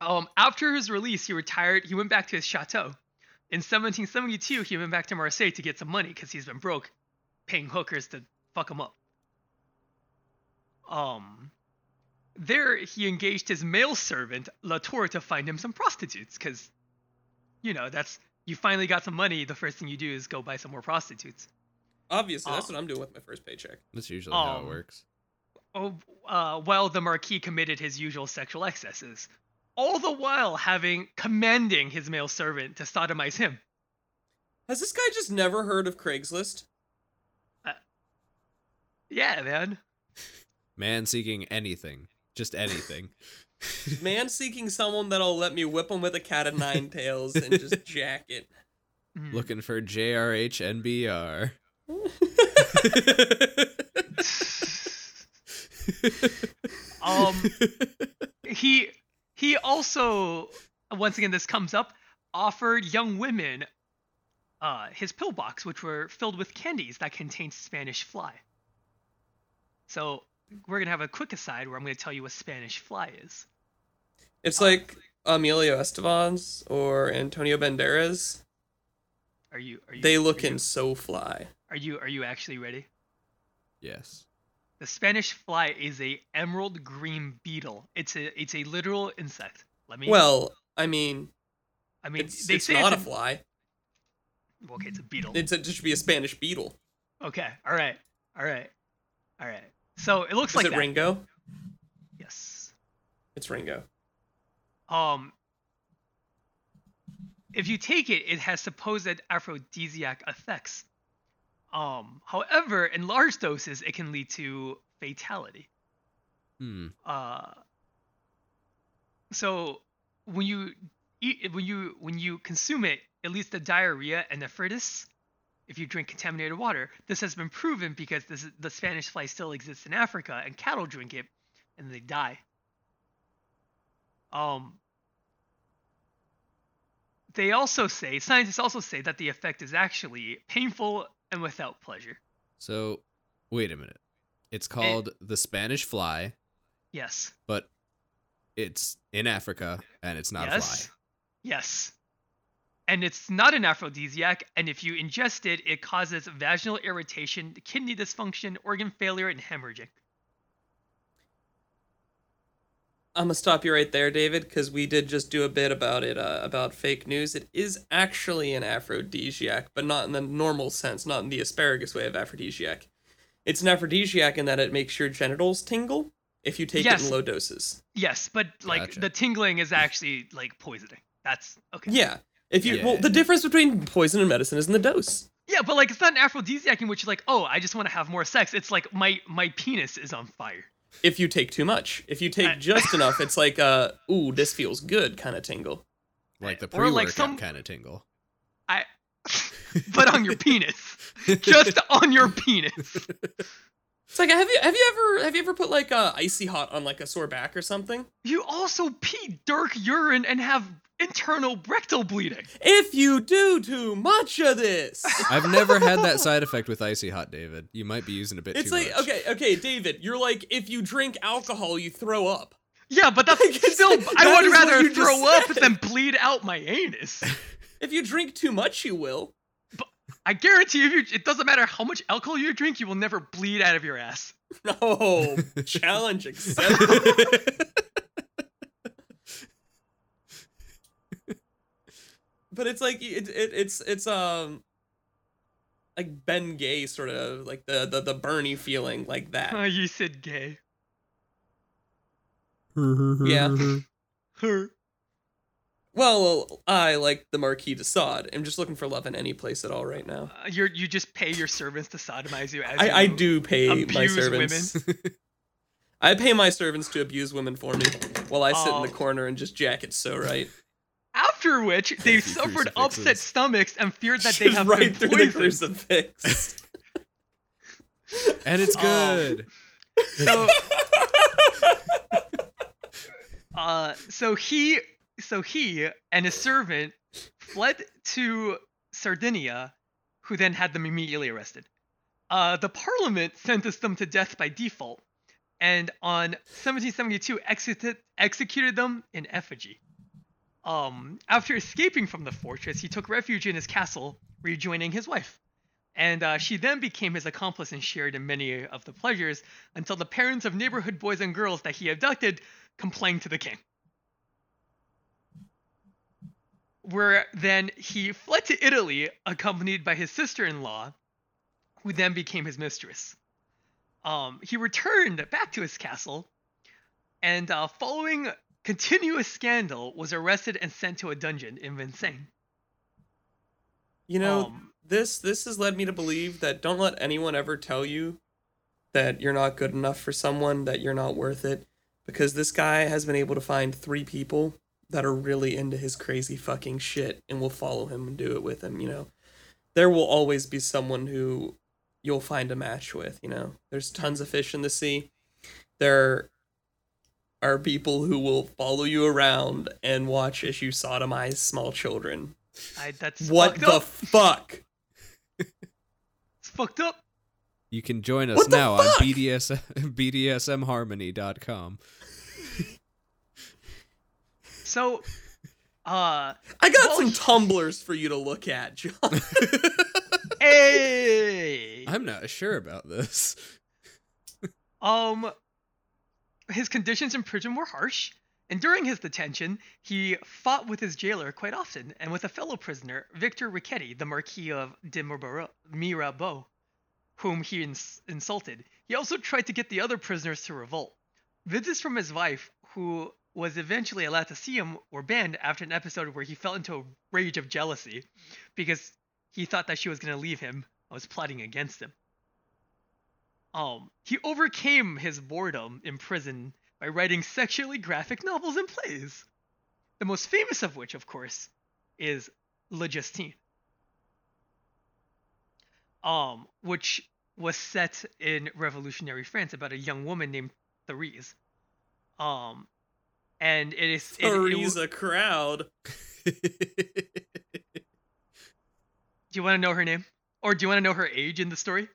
Speaker 3: Um, after his release, he retired. He went back to his chateau. In 1772, he went back to Marseille to get some money because he's been broke, paying hookers to fuck him up. Um, there he engaged his male servant Latour to find him some prostitutes because, you know, that's you finally got some money, the first thing you do is go buy some more prostitutes.
Speaker 1: Obviously, that's
Speaker 3: Oh.
Speaker 1: what I'm doing with my first paycheck.
Speaker 2: That's usually how it
Speaker 3: Um,
Speaker 2: works.
Speaker 3: Oh, uh, while the Marquis committed his usual sexual excesses, all the while having commanding his male servant to sodomize him.
Speaker 1: Has this guy just never heard of Craigslist?
Speaker 3: Yeah, man.
Speaker 2: Man seeking anything, just anything.
Speaker 1: Man seeking someone that'll let me whip him with a cat of nine tails and just jack it.
Speaker 3: Mm.
Speaker 2: Looking for JRH NBR.
Speaker 3: um, he he also once again this comes up offered young women uh, his pillbox, which were filled with candies that contained Spanish fly. So we're gonna have a quick aside where I'm gonna tell you what Spanish fly is.
Speaker 1: It's like Emilio Estevan's or Antonio Banderas.
Speaker 3: Are you are you
Speaker 1: They look
Speaker 3: are you,
Speaker 1: in so fly.
Speaker 3: Are you are you actually ready?
Speaker 2: yes.
Speaker 3: The Spanish fly is a emerald green beetle. It's a it's a literal insect. Let me
Speaker 1: Well, I mean,
Speaker 3: I mean
Speaker 1: it's,
Speaker 3: they
Speaker 1: it's
Speaker 3: say
Speaker 1: not a
Speaker 3: it's
Speaker 1: fly.
Speaker 3: a, okay, it's a beetle.
Speaker 1: It's a, it should be a Spanish beetle.
Speaker 3: Okay. All right. All right. All right. So it looks
Speaker 1: Is
Speaker 3: like
Speaker 1: it
Speaker 3: that.
Speaker 1: Ringo?
Speaker 3: Yes.
Speaker 1: It's Ringo.
Speaker 3: Um. If you take it, it has supposed aphrodisiac effects. Um. However, in large doses, it can lead to fatality.
Speaker 2: Hmm.
Speaker 3: Uh. So when you eat, when you when you consume it, it leads to diarrhea and nephritis. If you drink contaminated water, this has been proven because this is, the Spanish fly still exists in Africa, and cattle drink it, and they die. Um. They also say scientists also say that the effect is actually painful and without pleasure.
Speaker 2: So, wait a minute. It's called the Spanish fly,
Speaker 3: Yes.
Speaker 2: but it's in Africa and it's not
Speaker 3: yes.
Speaker 2: a fly.
Speaker 3: Yes. And it's not an aphrodisiac, and if you ingest it, it causes vaginal irritation, kidney dysfunction, organ failure, and hemorrhaging.
Speaker 1: I'm gonna stop you right there, David, because we did just do a bit about it uh, about fake news. It is actually an aphrodisiac, but not in the normal sense, not in the asparagus way of aphrodisiac. It's an aphrodisiac in that it makes your genitals tingle if you take it
Speaker 3: Yes.
Speaker 1: in low doses.
Speaker 3: Yes, but like
Speaker 2: Gotcha.
Speaker 3: the tingling is actually like poisoning. That's okay.
Speaker 1: Yeah, if you well,
Speaker 2: Yeah.
Speaker 1: the difference between poison and medicine is in the dose.
Speaker 3: Yeah, but like it's not an aphrodisiac in which you're like, oh, I just want to have more sex. It's like my my penis is on fire.
Speaker 1: If you take too much, if you take
Speaker 3: I-
Speaker 1: just enough, it's like uh, ooh, this feels good kind of tingle.
Speaker 2: Like the
Speaker 3: Or
Speaker 2: pre-workout
Speaker 3: like some-
Speaker 2: kind of tingle.
Speaker 3: But on your penis. Just on your penis.
Speaker 1: It's like have you have you ever have you ever put like uh, icy hot on like a sore back or something?
Speaker 3: You also pee dark urine and have internal rectal bleeding.
Speaker 1: If you do too much of this.
Speaker 2: I've never had that side effect with icy hot, David. You might be using a bit
Speaker 1: It's
Speaker 2: too
Speaker 1: like
Speaker 2: much.
Speaker 1: okay, okay, David. You're like if you drink alcohol, you throw up.
Speaker 3: Yeah, but that's
Speaker 1: Like,
Speaker 3: still.
Speaker 1: that
Speaker 3: I
Speaker 1: is
Speaker 3: would
Speaker 1: what
Speaker 3: rather
Speaker 1: you just
Speaker 3: throw up
Speaker 1: said.
Speaker 3: than bleed out my anus.
Speaker 1: If you drink too much, you will.
Speaker 3: I guarantee if you, it doesn't matter how much alcohol you drink, you will never bleed out of your ass.
Speaker 1: No challenge accepted. but it's like it, it, it's it's um like Ben Gay sort of like the the the Bernie feeling like
Speaker 3: Oh,
Speaker 1: that.
Speaker 3: you said gay.
Speaker 1: Yeah.
Speaker 3: Her. uh,
Speaker 1: Well, I like the Marquis de Sade. I'm just looking for love in any place at all right now.
Speaker 3: Uh, you're, you just pay your servants to sodomize you as
Speaker 1: I, I
Speaker 3: you-
Speaker 1: do pay my
Speaker 3: abuse
Speaker 1: servants. I pay my servants to abuse women for me while I sit in the
Speaker 3: Oh.
Speaker 1: corner and just jack it so right.
Speaker 3: After which, they
Speaker 2: Through
Speaker 3: suffered upset
Speaker 2: crucifixes.
Speaker 3: stomachs and feared that they
Speaker 1: Just
Speaker 3: have
Speaker 1: right through
Speaker 3: been
Speaker 1: the
Speaker 3: poisoned.
Speaker 1: crucifix.
Speaker 2: and it's
Speaker 3: Oh.
Speaker 2: good.
Speaker 3: So, uh, so he, so he and his servant fled to Sardinia, who then had them immediately arrested. Uh, the Parliament sentenced them to death by default, and on 1772 exited, executed them in effigy. Um, after escaping from the fortress, he took refuge in his castle, rejoining his wife. And uh, she then became his accomplice and shared in many of the pleasures until the parents of neighborhood boys and girls that he abducted complained to the king. where then he fled to Italy, accompanied by his sister-in-law, who then became his mistress. Um, he returned back to his castle, and uh, following continuous scandal, was arrested and sent to a dungeon in Vincennes.
Speaker 1: You know,
Speaker 3: Um,
Speaker 1: this this has led me to believe that don't let anyone ever tell you that you're not good enough for someone, that you're not worth it, because this guy has been able to find three people that are really into his crazy fucking shit and will follow him and do it with him, you know. There will always be someone who you'll find a match with, you know. There's tons of fish in the sea. There are people who will follow you around and watch as you sodomize small children.
Speaker 3: I, that's
Speaker 1: What
Speaker 3: fucked
Speaker 1: the
Speaker 3: up.
Speaker 1: fuck?
Speaker 3: It's fucked up.
Speaker 2: You can join us
Speaker 1: What the
Speaker 2: now on
Speaker 1: fuck?
Speaker 2: BDSM, BDSMHarmony.com.
Speaker 3: So,
Speaker 1: I
Speaker 3: uh,
Speaker 1: got
Speaker 3: Well,
Speaker 1: some
Speaker 3: he-
Speaker 1: tumblers for you to look at, John.
Speaker 3: hey,
Speaker 2: I'm not sure about this.
Speaker 3: um, his conditions in prison were harsh, and during his detention, he fought with his jailer quite often and with a fellow prisoner, Victor Riquetti, the Marquis of de Mirabeau- Mirabeau, whom he ins- insulted. He also tried to get the other prisoners to revolt. Visits from his wife, who was eventually allowed to see him, were banned after an episode where he fell into a rage of jealousy because he thought that she was going to leave him. I was plotting against him. Um, he overcame his boredom in prison by writing sexually graphic novels and plays. The most famous of which, of course, is Le Justine. Um, which was set in revolutionary France about a young woman named Therese. Um, and it is it- it w-
Speaker 1: Teresa Crowd.
Speaker 3: Do you want to know her name? Or do you want to know her age in the story?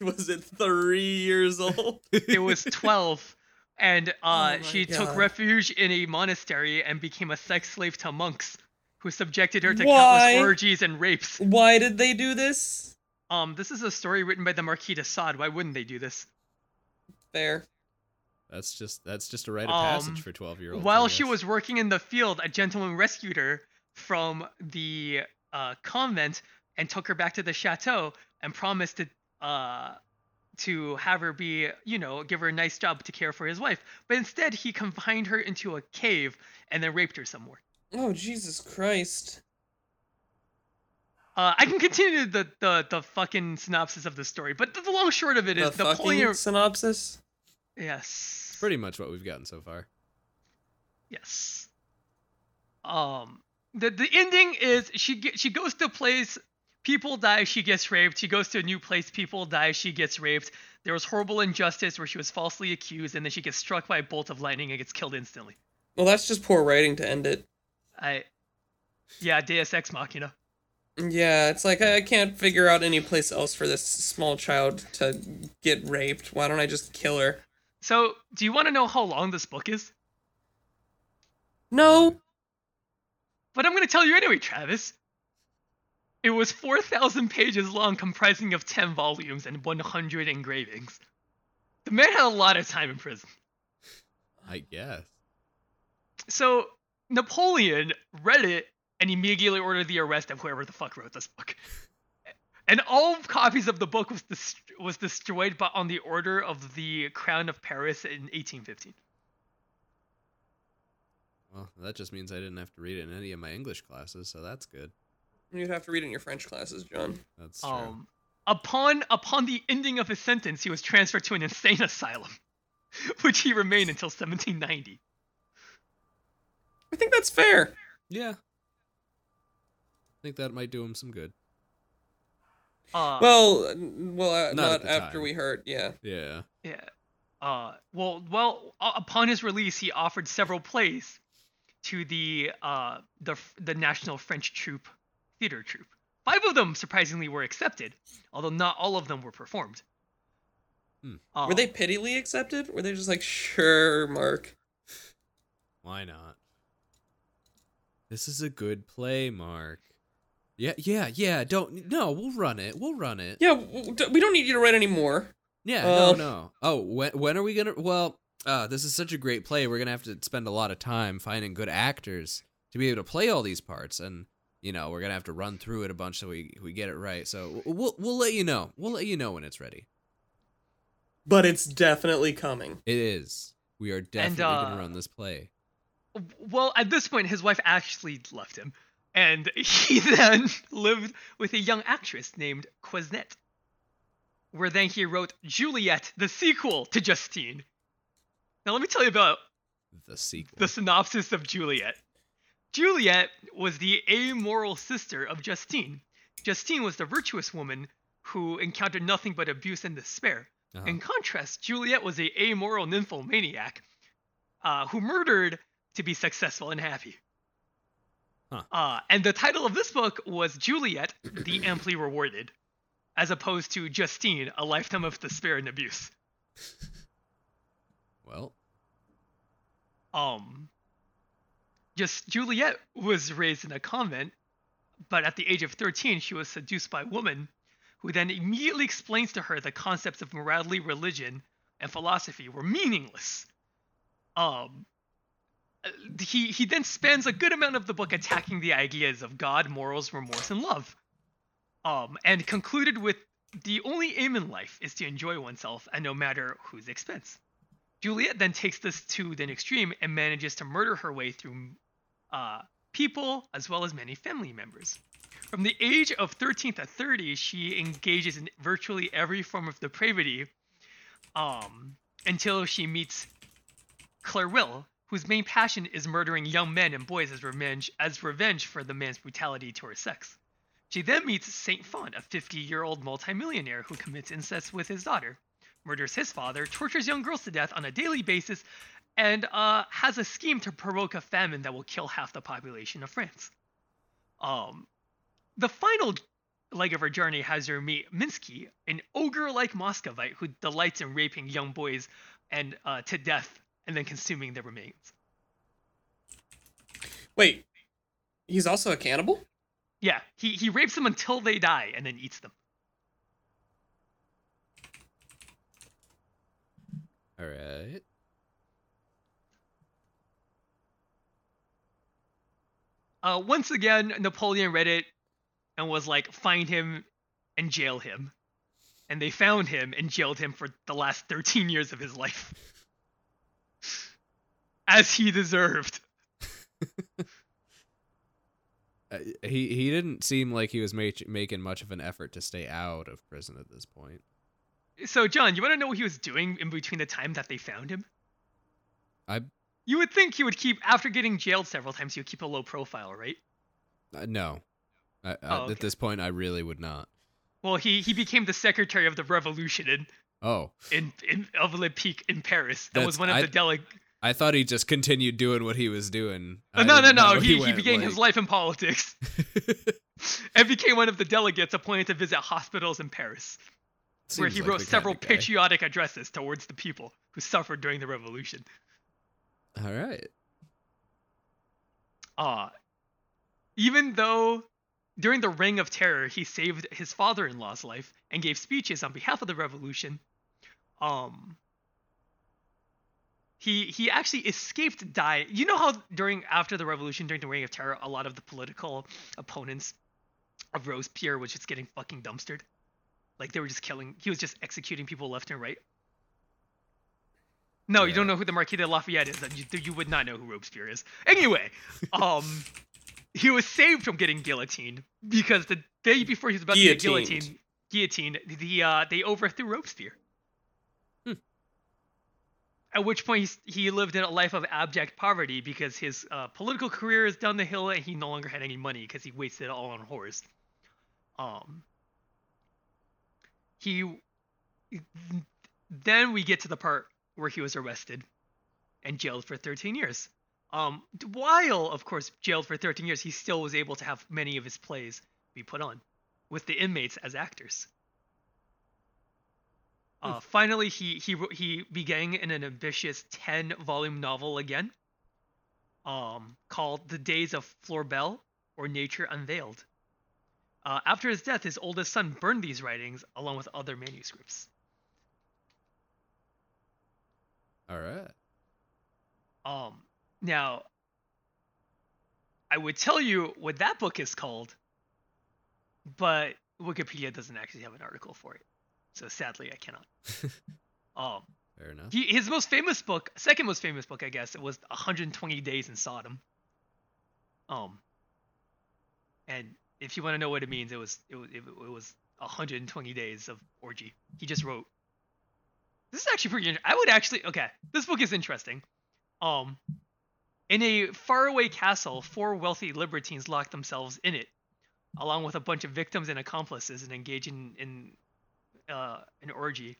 Speaker 1: Was it three years old?
Speaker 3: It was 12, and uh,
Speaker 1: Oh my
Speaker 3: she
Speaker 1: God.
Speaker 3: took refuge in a monastery and became a sex slave to monks who subjected her to
Speaker 1: Why?
Speaker 3: countless orgies and rapes.
Speaker 1: Why did they do this?
Speaker 3: Um, this is a story written by the Marquis de Sade. Why wouldn't they do this?
Speaker 1: Fair.
Speaker 2: that's just that's just a rite of
Speaker 3: Um,
Speaker 2: passage for twelve year olds.
Speaker 3: While she was working in the field, a gentleman rescued her from the uh, convent and took her back to the chateau and promised to uh, to have her be, you know, give her a nice job to care for his wife. But instead, he confined her into a cave and then raped her somewhere.
Speaker 1: Oh Jesus Christ.
Speaker 3: Uh, I can continue the, the the fucking synopsis of the story, but the, the long short of it
Speaker 1: The
Speaker 3: is
Speaker 1: fucking
Speaker 3: Napoleon.
Speaker 1: synopsis.
Speaker 3: Yes.
Speaker 2: pretty much what we've gotten so far.
Speaker 3: Yes. Um. The the ending is she ge- she goes to a place, people die, she gets raped. She goes to a new place, people die, she gets raped. There was horrible injustice where she was falsely accused, and then she gets struck by a bolt of lightning and gets killed instantly.
Speaker 1: Well, that's just poor writing to end it.
Speaker 3: I. Yeah, Deus Ex Machina.
Speaker 1: Yeah, it's like I I can't figure out any place else for this small child to get raped. Why don't I just kill her?
Speaker 3: So, do you want to know how long this book is?
Speaker 1: No.
Speaker 3: But I'm going to tell you anyway, Travis. It was 4,000 pages long, comprising of 10 volumes and 100 engravings. The man had a lot of time in prison.
Speaker 2: I guess.
Speaker 3: So Napoleon read it and immediately ordered the arrest of whoever the fuck wrote this book. And all copies of the book was dest- was destroyed, but on the order of the Crown of Paris in 1815.
Speaker 2: Well, that just means I didn't have to read it in any of my English classes, so that's good.
Speaker 1: You'd have to read it in your French classes, John.
Speaker 2: That's true.
Speaker 3: Um, upon upon the ending of his sentence, he was transferred to an insane asylum, which he remained until 1790.
Speaker 1: I think that's fair.
Speaker 2: yeah. I think that might do him some good.
Speaker 3: Uh,
Speaker 1: Well, uh, well, uh,
Speaker 2: Not
Speaker 1: not,
Speaker 2: at the
Speaker 1: after
Speaker 2: time.
Speaker 1: we hurt. Yeah.
Speaker 2: Yeah.
Speaker 3: Yeah. Uh, well, well, u- upon his release, he offered several plays to the uh the f- the National French Troupe theater troupe. Five of them surprisingly were accepted, although not all of them were performed.
Speaker 2: Hmm.
Speaker 3: Uh,
Speaker 1: Were they pityly accepted? Were they just like, sure, Mark?
Speaker 2: Why not? This is a good play, Mark. Yeah, yeah, yeah. Don't no. We'll run it. We'll run it.
Speaker 1: Yeah, w- w- d- we don't need you to write any more.
Speaker 2: Yeah,
Speaker 1: Uh,
Speaker 2: no, no. Oh, when when are we gonna? Well, uh, this is such a great play. We're gonna have to spend a lot of time finding good actors to be able to play all these parts and you know we're gonna have to run through it a bunch so we we get it right so w- we'll we'll let you know we'll let you know when it's ready
Speaker 1: But it's definitely coming.
Speaker 2: it is we are definitely gonna
Speaker 3: uh,
Speaker 2: run this play
Speaker 3: Well, at this point, his wife actually left him, and he then lived with a young actress named Quesnette. Where then he wrote Juliet, the sequel to Justine. Now, let me tell you about
Speaker 2: the sequel
Speaker 3: the synopsis of Juliet. Juliet was the amoral sister of Justine. Justine was the virtuous woman who encountered nothing but abuse and despair.
Speaker 2: Uh-huh.
Speaker 3: In contrast, Juliet was a amoral nymphomaniac uh, who murdered to be successful and happy.
Speaker 2: Huh.
Speaker 3: Uh, and the title of this book was Juliet, the Amply Rewarded, as opposed to Justine, A Lifetime of Despair and Abuse.
Speaker 2: well
Speaker 3: Um, just Juliet was raised in a convent, but at the age of 13, she was seduced by a woman who then immediately explains to her the concepts of morality, religion, and philosophy were meaningless. Um, uh, he, he then spends a good amount of the book attacking the ideas of God, morals, remorse, and love. Um, and concluded with the only aim in life is to enjoy oneself at no matter whose expense. Juliet then takes this to an extreme and manages to murder her way through uh, people as well as many family members. From the age of 13 to 30, she engages in virtually every form of depravity um, until she meets Claire Will, whose main passion is murdering young men and boys as revenge, as revenge for the man's brutality to her sex. She then meets Saint Fawn, a 50 year old multimillionaire who commits incest with his daughter murders his father, tortures young girls to death on a daily basis, and uh, has a scheme to provoke a famine that will kill half the population of France. Um, the final leg of her journey has her meet Minsky, an ogre-like Moscovite who delights in raping young boys and uh, to death, and then consuming their remains.
Speaker 1: Wait, he's also a cannibal?
Speaker 3: Yeah, he he rapes them until they die, and then eats them.
Speaker 2: all right
Speaker 3: Uh, once again, Napoleon read it and was like, find him and jail him. And they found him and jailed him for the last 13 years of his life. As he deserved.
Speaker 2: Uh, he he didn't seem like he was ma- making much of an effort to stay out of prison at this point
Speaker 3: So, John, you want to know what he was doing in between the time that they found him?
Speaker 2: i
Speaker 3: You would think he would keep, after getting jailed several times, he would keep a low profile, right?
Speaker 2: uh, no I, I,
Speaker 3: Oh, okay.
Speaker 2: at this point i really would not
Speaker 3: Well, he, he became the secretary of the revolution in,
Speaker 2: oh
Speaker 3: in, in of Olympique in Paris and was
Speaker 2: That's-
Speaker 3: one of
Speaker 2: I-
Speaker 3: the delegates.
Speaker 2: I thought he just continued doing what he was doing. I
Speaker 3: Uh, no, no,
Speaker 2: didn't
Speaker 3: no.
Speaker 2: know
Speaker 3: He, he,
Speaker 2: went,
Speaker 3: began his
Speaker 2: like-
Speaker 3: life in politics. and became one of the delegates appointed to visit hospitals in Paris, where
Speaker 2: Seems
Speaker 3: he
Speaker 2: like
Speaker 3: wrote
Speaker 2: the
Speaker 3: several
Speaker 2: kinda guy.
Speaker 3: patriotic addresses towards the people who suffered during the revolution.
Speaker 2: All right.
Speaker 3: Uh, even though during the Reign of Terror he saved his father in law's life and gave speeches on behalf of the revolution, um, he he actually escaped die. You know how during after the revolution, during the Reign of Terror, a lot of the political opponents of Robespierre was just getting fucking dumpstered, like they were just killing. He was just executing people left and right. No, you don't
Speaker 2: Yeah.
Speaker 3: know who the Marquis de Lafayette is. You, you would not know who Robespierre is. Anyway, um, he was saved from getting guillotined because the day before he was about to get
Speaker 1: Guillotined.
Speaker 3: guillotined, guillotined, the uh, they overthrew Robespierre.
Speaker 2: Hmm.
Speaker 3: At which point he, s- he lived in a life of abject poverty because his uh, political career is down the hill and he no longer had any money because he wasted it all on whores. Um, he then we get to the part where he was arrested and jailed for 13 years. Um, while, of course, jailed for 13 years, he still was able to have many of his plays be put on with the inmates as actors. Uh, finally, he he wr- he began in an ambitious 10-volume novel again, um, called *The Days of Florbel* or *Nature Unveiled*. Uh, after his death, his oldest son burned these writings along with other manuscripts.
Speaker 2: All right.
Speaker 3: Um, now, I would tell you what that book is called, but Wikipedia doesn't actually have an article for it. So sadly, I cannot. um,
Speaker 2: Fair enough.
Speaker 3: he, his most famous book, second most famous book, I guess, it was 120 Days in Sodom. Um, and if you want to know what it means, it was it, wa- it, wa- it was 120 days of orgy. He just wrote. This is actually pretty. inter- I would actually okay. This book is interesting. Um, in a faraway castle, four wealthy libertines lock themselves in it, along with a bunch of victims and accomplices, and engage in in uh, an orgy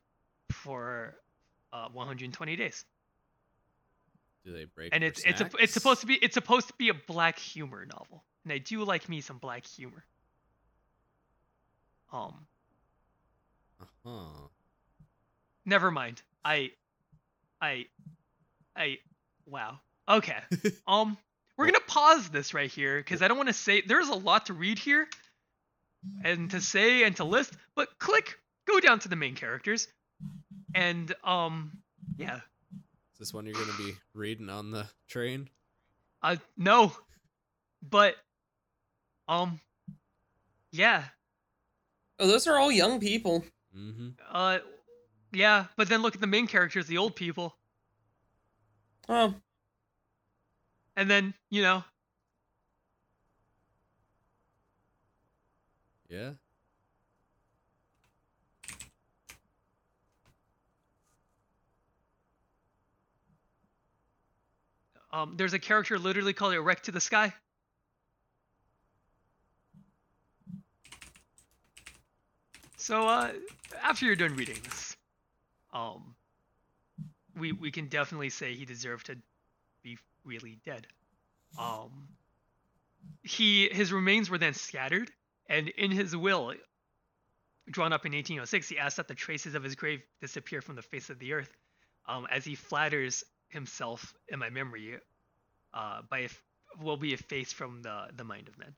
Speaker 3: for uh, 120 days.
Speaker 2: Do they break?
Speaker 3: And
Speaker 2: for
Speaker 3: it's it's a, it's
Speaker 2: snacks?
Speaker 3: supposed to be it's supposed to be a black humor novel, and I do like me some black humor. Um,
Speaker 2: Uh-huh.
Speaker 3: never mind. I, I, I, wow. Okay. um, we're gonna pause this right here because I don't want to say there's a lot to read here, and to say and to list. But click, go down to the main characters, and um, yeah.
Speaker 2: Is this one you're gonna be reading on the train?
Speaker 3: Uh, no. But, um, yeah.
Speaker 1: Oh, those are all young people.
Speaker 2: Mm-hmm.
Speaker 3: Uh, yeah. But then look at the main characters, the old people,
Speaker 1: Oh,
Speaker 3: and then you know,
Speaker 2: Yeah.
Speaker 3: um, there's a character literally called "Erect to the Sky." So, uh, after you're done reading this, um, we we can definitely say he deserved to be really dead. Um, he his remains were then scattered, and in his will, drawn up in 1806, he asked that the traces of his grave disappear from the face of the earth, um, as he flatters himself in my memory, uh, by if, will be effaced from the the mind of men.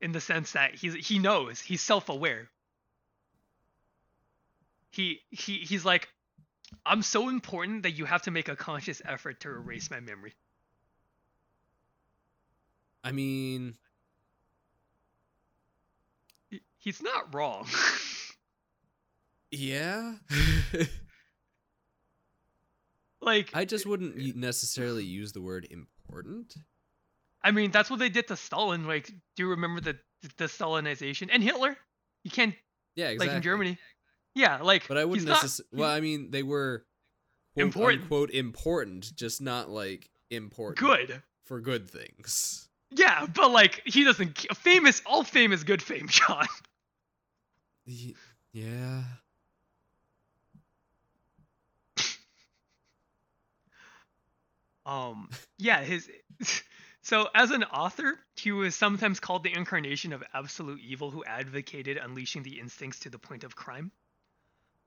Speaker 3: In the sense that he's he knows he's self aware. He he he's like, I'm so important that you have to make a conscious effort to erase my memory.
Speaker 2: I mean,
Speaker 3: He- He's not wrong.
Speaker 2: yeah.
Speaker 3: like
Speaker 2: I just wouldn't y- necessarily use the word important.
Speaker 3: I mean, that's what they did to Stalin. Like, do you remember the the Stalinization and Hitler? You can't
Speaker 2: Yeah, exactly.
Speaker 3: like in Germany. Yeah, like.
Speaker 2: But I wouldn't
Speaker 3: he's not-
Speaker 2: necessarily. Well, I mean, they were quote,
Speaker 3: Important.
Speaker 2: Unquote important, just not like important.
Speaker 3: good.
Speaker 2: for good things.
Speaker 3: Yeah, but like he doesn't. ca- Famous, all fame is good fame, John.
Speaker 2: Y- Yeah.
Speaker 3: Um, yeah, his. So as an author, he was sometimes called the incarnation of absolute evil, who advocated unleashing the instincts to the point of crime.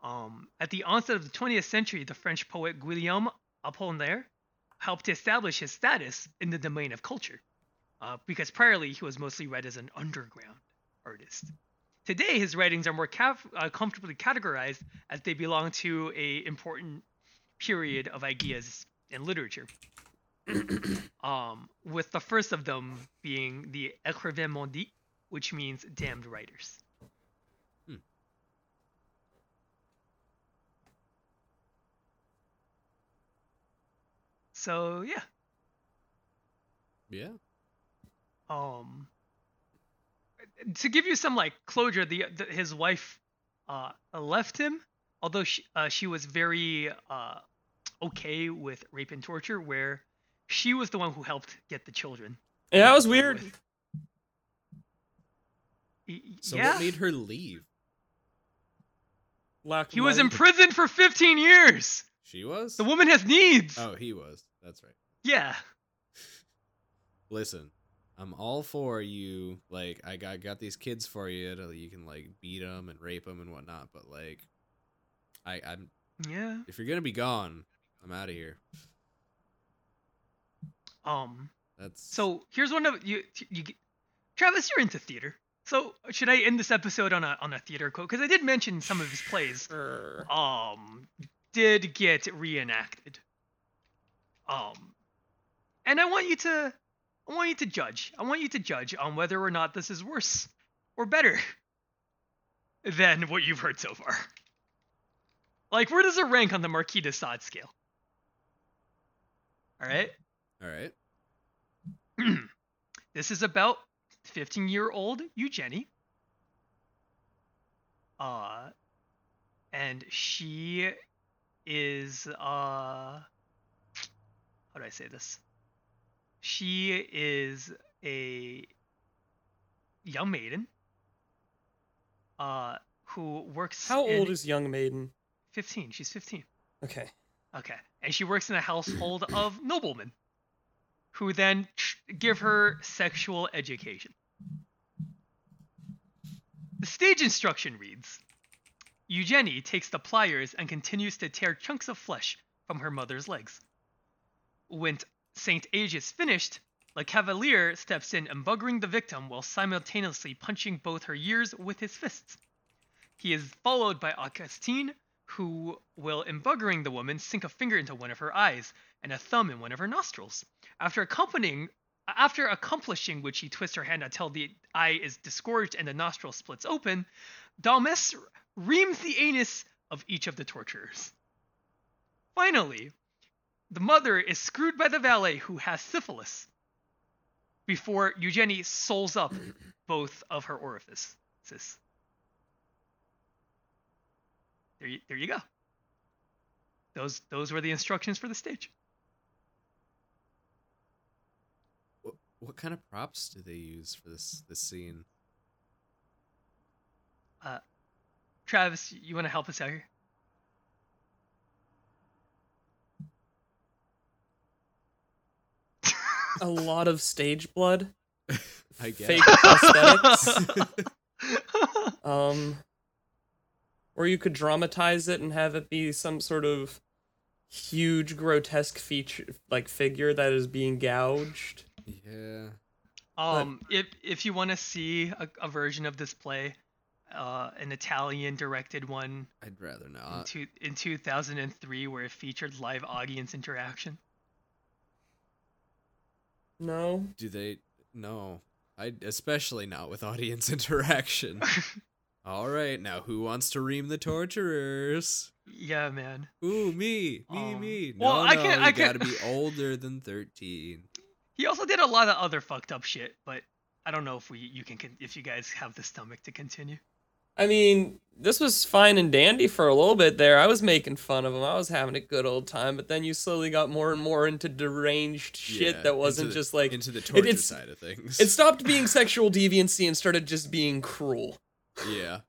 Speaker 3: Um, at the onset of the 20th century, the French poet Guillaume Apollinaire helped establish his status in the domain of culture, uh, because priorly he was mostly read as an underground artist. Today, his writings are more caf- uh, comfortably categorized as they belong to a important period of ideas and literature. um, with the first of them being the écrivain maudit, which means damned writers.
Speaker 2: Hmm.
Speaker 3: So yeah,
Speaker 2: Yeah.
Speaker 3: um, to give you some like closure, the, the his wife uh left him, although she uh, she was very uh okay with rape and torture, where she was the one who helped get the children.
Speaker 1: yeah, that was weird.
Speaker 3: Y- y-
Speaker 2: So
Speaker 3: yeah.
Speaker 2: what made her leave?
Speaker 1: Lack of
Speaker 3: He was
Speaker 1: money.
Speaker 3: in prison for 15 years.
Speaker 2: She was.
Speaker 3: The woman has needs.
Speaker 2: oh, he was. That's right.
Speaker 3: Yeah.
Speaker 2: Listen, I'm all for you. Like, I got got these kids for you. To, you can like beat them and rape them and whatnot. But like, I I'm
Speaker 3: Yeah.
Speaker 2: if you're gonna be gone, I'm out of here.
Speaker 3: Um.
Speaker 2: That's
Speaker 3: So here's one of you. You, get- Travis, you're into theater. So should I end this episode on a on a theater quote? Because I did mention some of his plays.
Speaker 1: Sure.
Speaker 3: Um. Did get reenacted. Um. And I want you to I want you to judge. I want you to judge on whether or not this is worse or better than what you've heard so far. Like where does it rank on the Marquis de Sade scale? All right?
Speaker 2: All right.
Speaker 3: this is about 15 year old Eugenie. Uh, and she is, uh, how do I say this? She is a young maiden uh, who works.
Speaker 1: How
Speaker 3: in-
Speaker 1: old is young maiden?
Speaker 3: 15? She's 15.
Speaker 1: Okay.
Speaker 3: Okay. And she works in a household of noblemen who then tr- give her sexual education. The stage instruction reads Eugenie takes the pliers and continues to tear chunks of flesh from her mother's legs. When St. Age is finished, Le Cavalier steps in, embuggering the victim while simultaneously punching both her ears with his fists. He is followed by Augustine, who will, in buggering the woman, sink a finger into one of her eyes and a thumb in one of her nostrils. After accompanying, after accomplishing which, he twists her hand until the eye is disgorged and the nostril splits open. Dalmes reams the anus of each of the torturers. Finally, the mother is screwed by the valet who has syphilis. Before Eugenie soles up both of her orifices. There you, there you go. Those those were the instructions for the stage.
Speaker 2: What, what kind of props do they use for this this scene?
Speaker 3: Travis, you want to help us out here?
Speaker 1: A lot of stage blood.
Speaker 2: I guess.
Speaker 1: Fake prosthetics. um, or you could dramatize it and have it be some sort of huge grotesque feature, like figure that is being gouged.
Speaker 2: Yeah.
Speaker 3: um, if if you want to see a, a version of this play, uh, an Italian directed one
Speaker 2: I'd rather
Speaker 3: in,
Speaker 2: not.
Speaker 3: two, in 2003 where it featured live audience interaction.
Speaker 1: No,
Speaker 2: Do they? No. I especially not with audience interaction. All right, now who wants to ream the torturers?
Speaker 3: Yeah, man.
Speaker 2: Ooh, me, me,
Speaker 3: Um,
Speaker 2: me. No,
Speaker 3: well, I
Speaker 2: no,
Speaker 3: can-
Speaker 2: you
Speaker 3: I can-
Speaker 2: gotta be older than thirteen.
Speaker 3: He also did a lot of other fucked up shit, but I don't know if we you can con- if you guys have the stomach to continue.
Speaker 1: I mean this was fine and dandy for a little bit there. I was making fun of him. I was having a good old time, but then you slowly got more and more into deranged shit
Speaker 2: Yeah,
Speaker 1: that wasn't
Speaker 2: into the-
Speaker 1: just like
Speaker 2: into the
Speaker 1: it-
Speaker 2: torture
Speaker 1: it's-
Speaker 2: side of things.
Speaker 1: It stopped being sexual deviancy and started just being cruel.
Speaker 2: yeah.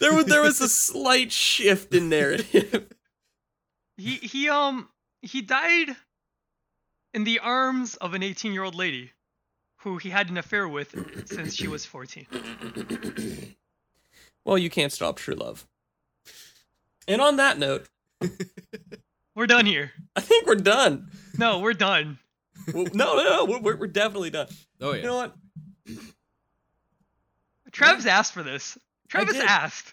Speaker 1: There was there was a slight shift in narrative.
Speaker 3: He he um he died in the arms of an 18-year-old lady who he had an affair with since she was 14.
Speaker 1: Well, you can't stop true love. And on that note,
Speaker 3: We're done here.
Speaker 1: I think we're done.
Speaker 3: No, we're done.
Speaker 1: Well, no, no, no, we're- we're, we're definitely done.
Speaker 2: Oh
Speaker 1: You know
Speaker 2: yeah.
Speaker 1: what?
Speaker 3: Travis asked for this. Travis
Speaker 1: did.
Speaker 3: asked.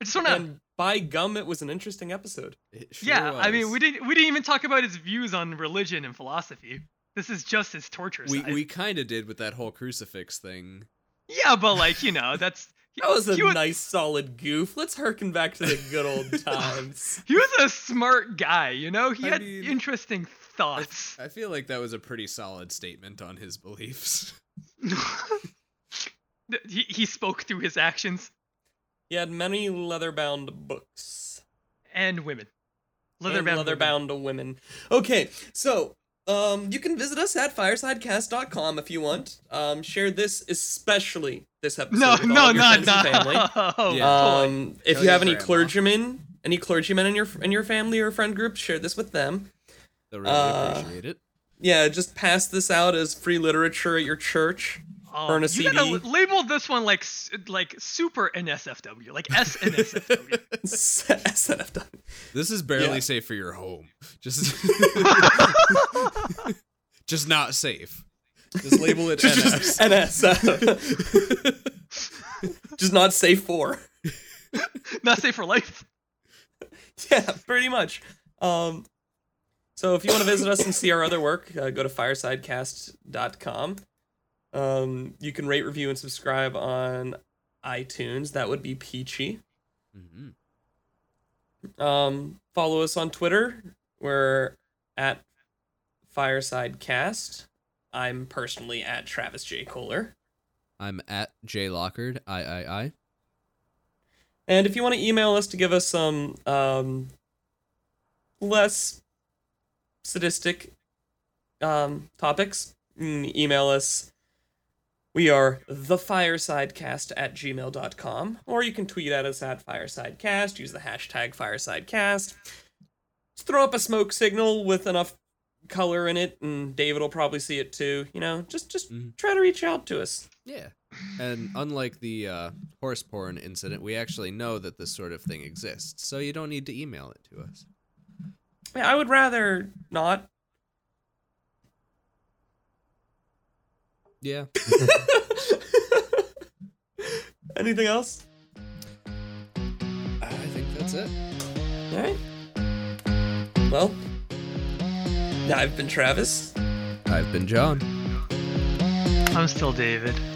Speaker 3: I just want to
Speaker 1: And by gum, it was an interesting episode.
Speaker 2: It sure
Speaker 3: Yeah, I mean,
Speaker 2: was.
Speaker 3: we didn't we didn't even talk about his views on religion and philosophy. This is just his torture
Speaker 2: We
Speaker 3: side.
Speaker 2: we kind of did with that whole crucifix thing.
Speaker 3: Yeah, but like, you know, that's
Speaker 1: That was a
Speaker 3: he was,
Speaker 1: nice, solid goof. Let's hearken back to the good old times.
Speaker 3: he was a smart guy, you know? He
Speaker 2: I
Speaker 3: had
Speaker 2: mean-
Speaker 3: interesting thoughts.
Speaker 2: I feel like that was a pretty solid statement on his beliefs.
Speaker 3: he he spoke through his actions
Speaker 1: He had many leather-bound books.
Speaker 3: and women.
Speaker 1: leather bound,
Speaker 3: Leatherbound.
Speaker 1: leather bound to women. Okay, so um, you can visit us at firesidecast.com if you want. Um, share this, especially this episode.
Speaker 3: No,
Speaker 1: with all
Speaker 3: no,
Speaker 1: of your
Speaker 3: no, Oh,
Speaker 1: friends and family.
Speaker 3: no.
Speaker 2: Yeah.
Speaker 1: Um, if you
Speaker 2: Tell your
Speaker 1: have any
Speaker 2: grandma.
Speaker 1: clergymen, any clergymen in your in your family or friend group, share this with them.
Speaker 2: I really
Speaker 1: Uh,
Speaker 2: appreciate it.
Speaker 1: Yeah, just pass this out as free literature at your church.
Speaker 3: Um,
Speaker 1: Burn a
Speaker 3: you gotta
Speaker 1: CD.
Speaker 3: label this one like s- like super NSFW, like S NSFW.
Speaker 1: SNFW.
Speaker 2: This is barely
Speaker 1: Yeah.
Speaker 2: safe for your home. Just just not safe. Just label it NS.
Speaker 1: Just NS. just not safe for.
Speaker 3: Not safe for life.
Speaker 1: yeah, pretty much. Um, So if you want to visit us and see our other work, uh, go to firesidecast.com. Um, you can rate, review, and subscribe on iTunes. That would be peachy.
Speaker 2: hmm
Speaker 1: Um, follow us on Twitter. We're at firesidecast. I'm personally at Travis J. Kohler.
Speaker 2: I'm at J Lockard. I I I.
Speaker 1: And if you want to email us to give us some um, less sadistic um, topics, mm, email us. We are thefiresidecast at gmail.com, or you can tweet at us at firesidecast, use the hashtag firesidecast. Just throw up a smoke signal with enough color in it, and David will probably see it too. You know, just just
Speaker 2: Mhm.
Speaker 1: try to reach out to us.
Speaker 2: Yeah. And unlike the uh, horse porn incident, we actually know that this sort of thing exists, so you don't need to email it to us.
Speaker 1: Yeah, I would rather not.
Speaker 2: Yeah.
Speaker 1: Anything else?
Speaker 2: I think that's it.
Speaker 1: All right. Well, I've been Travis.
Speaker 2: I've been John.
Speaker 3: I'm still David.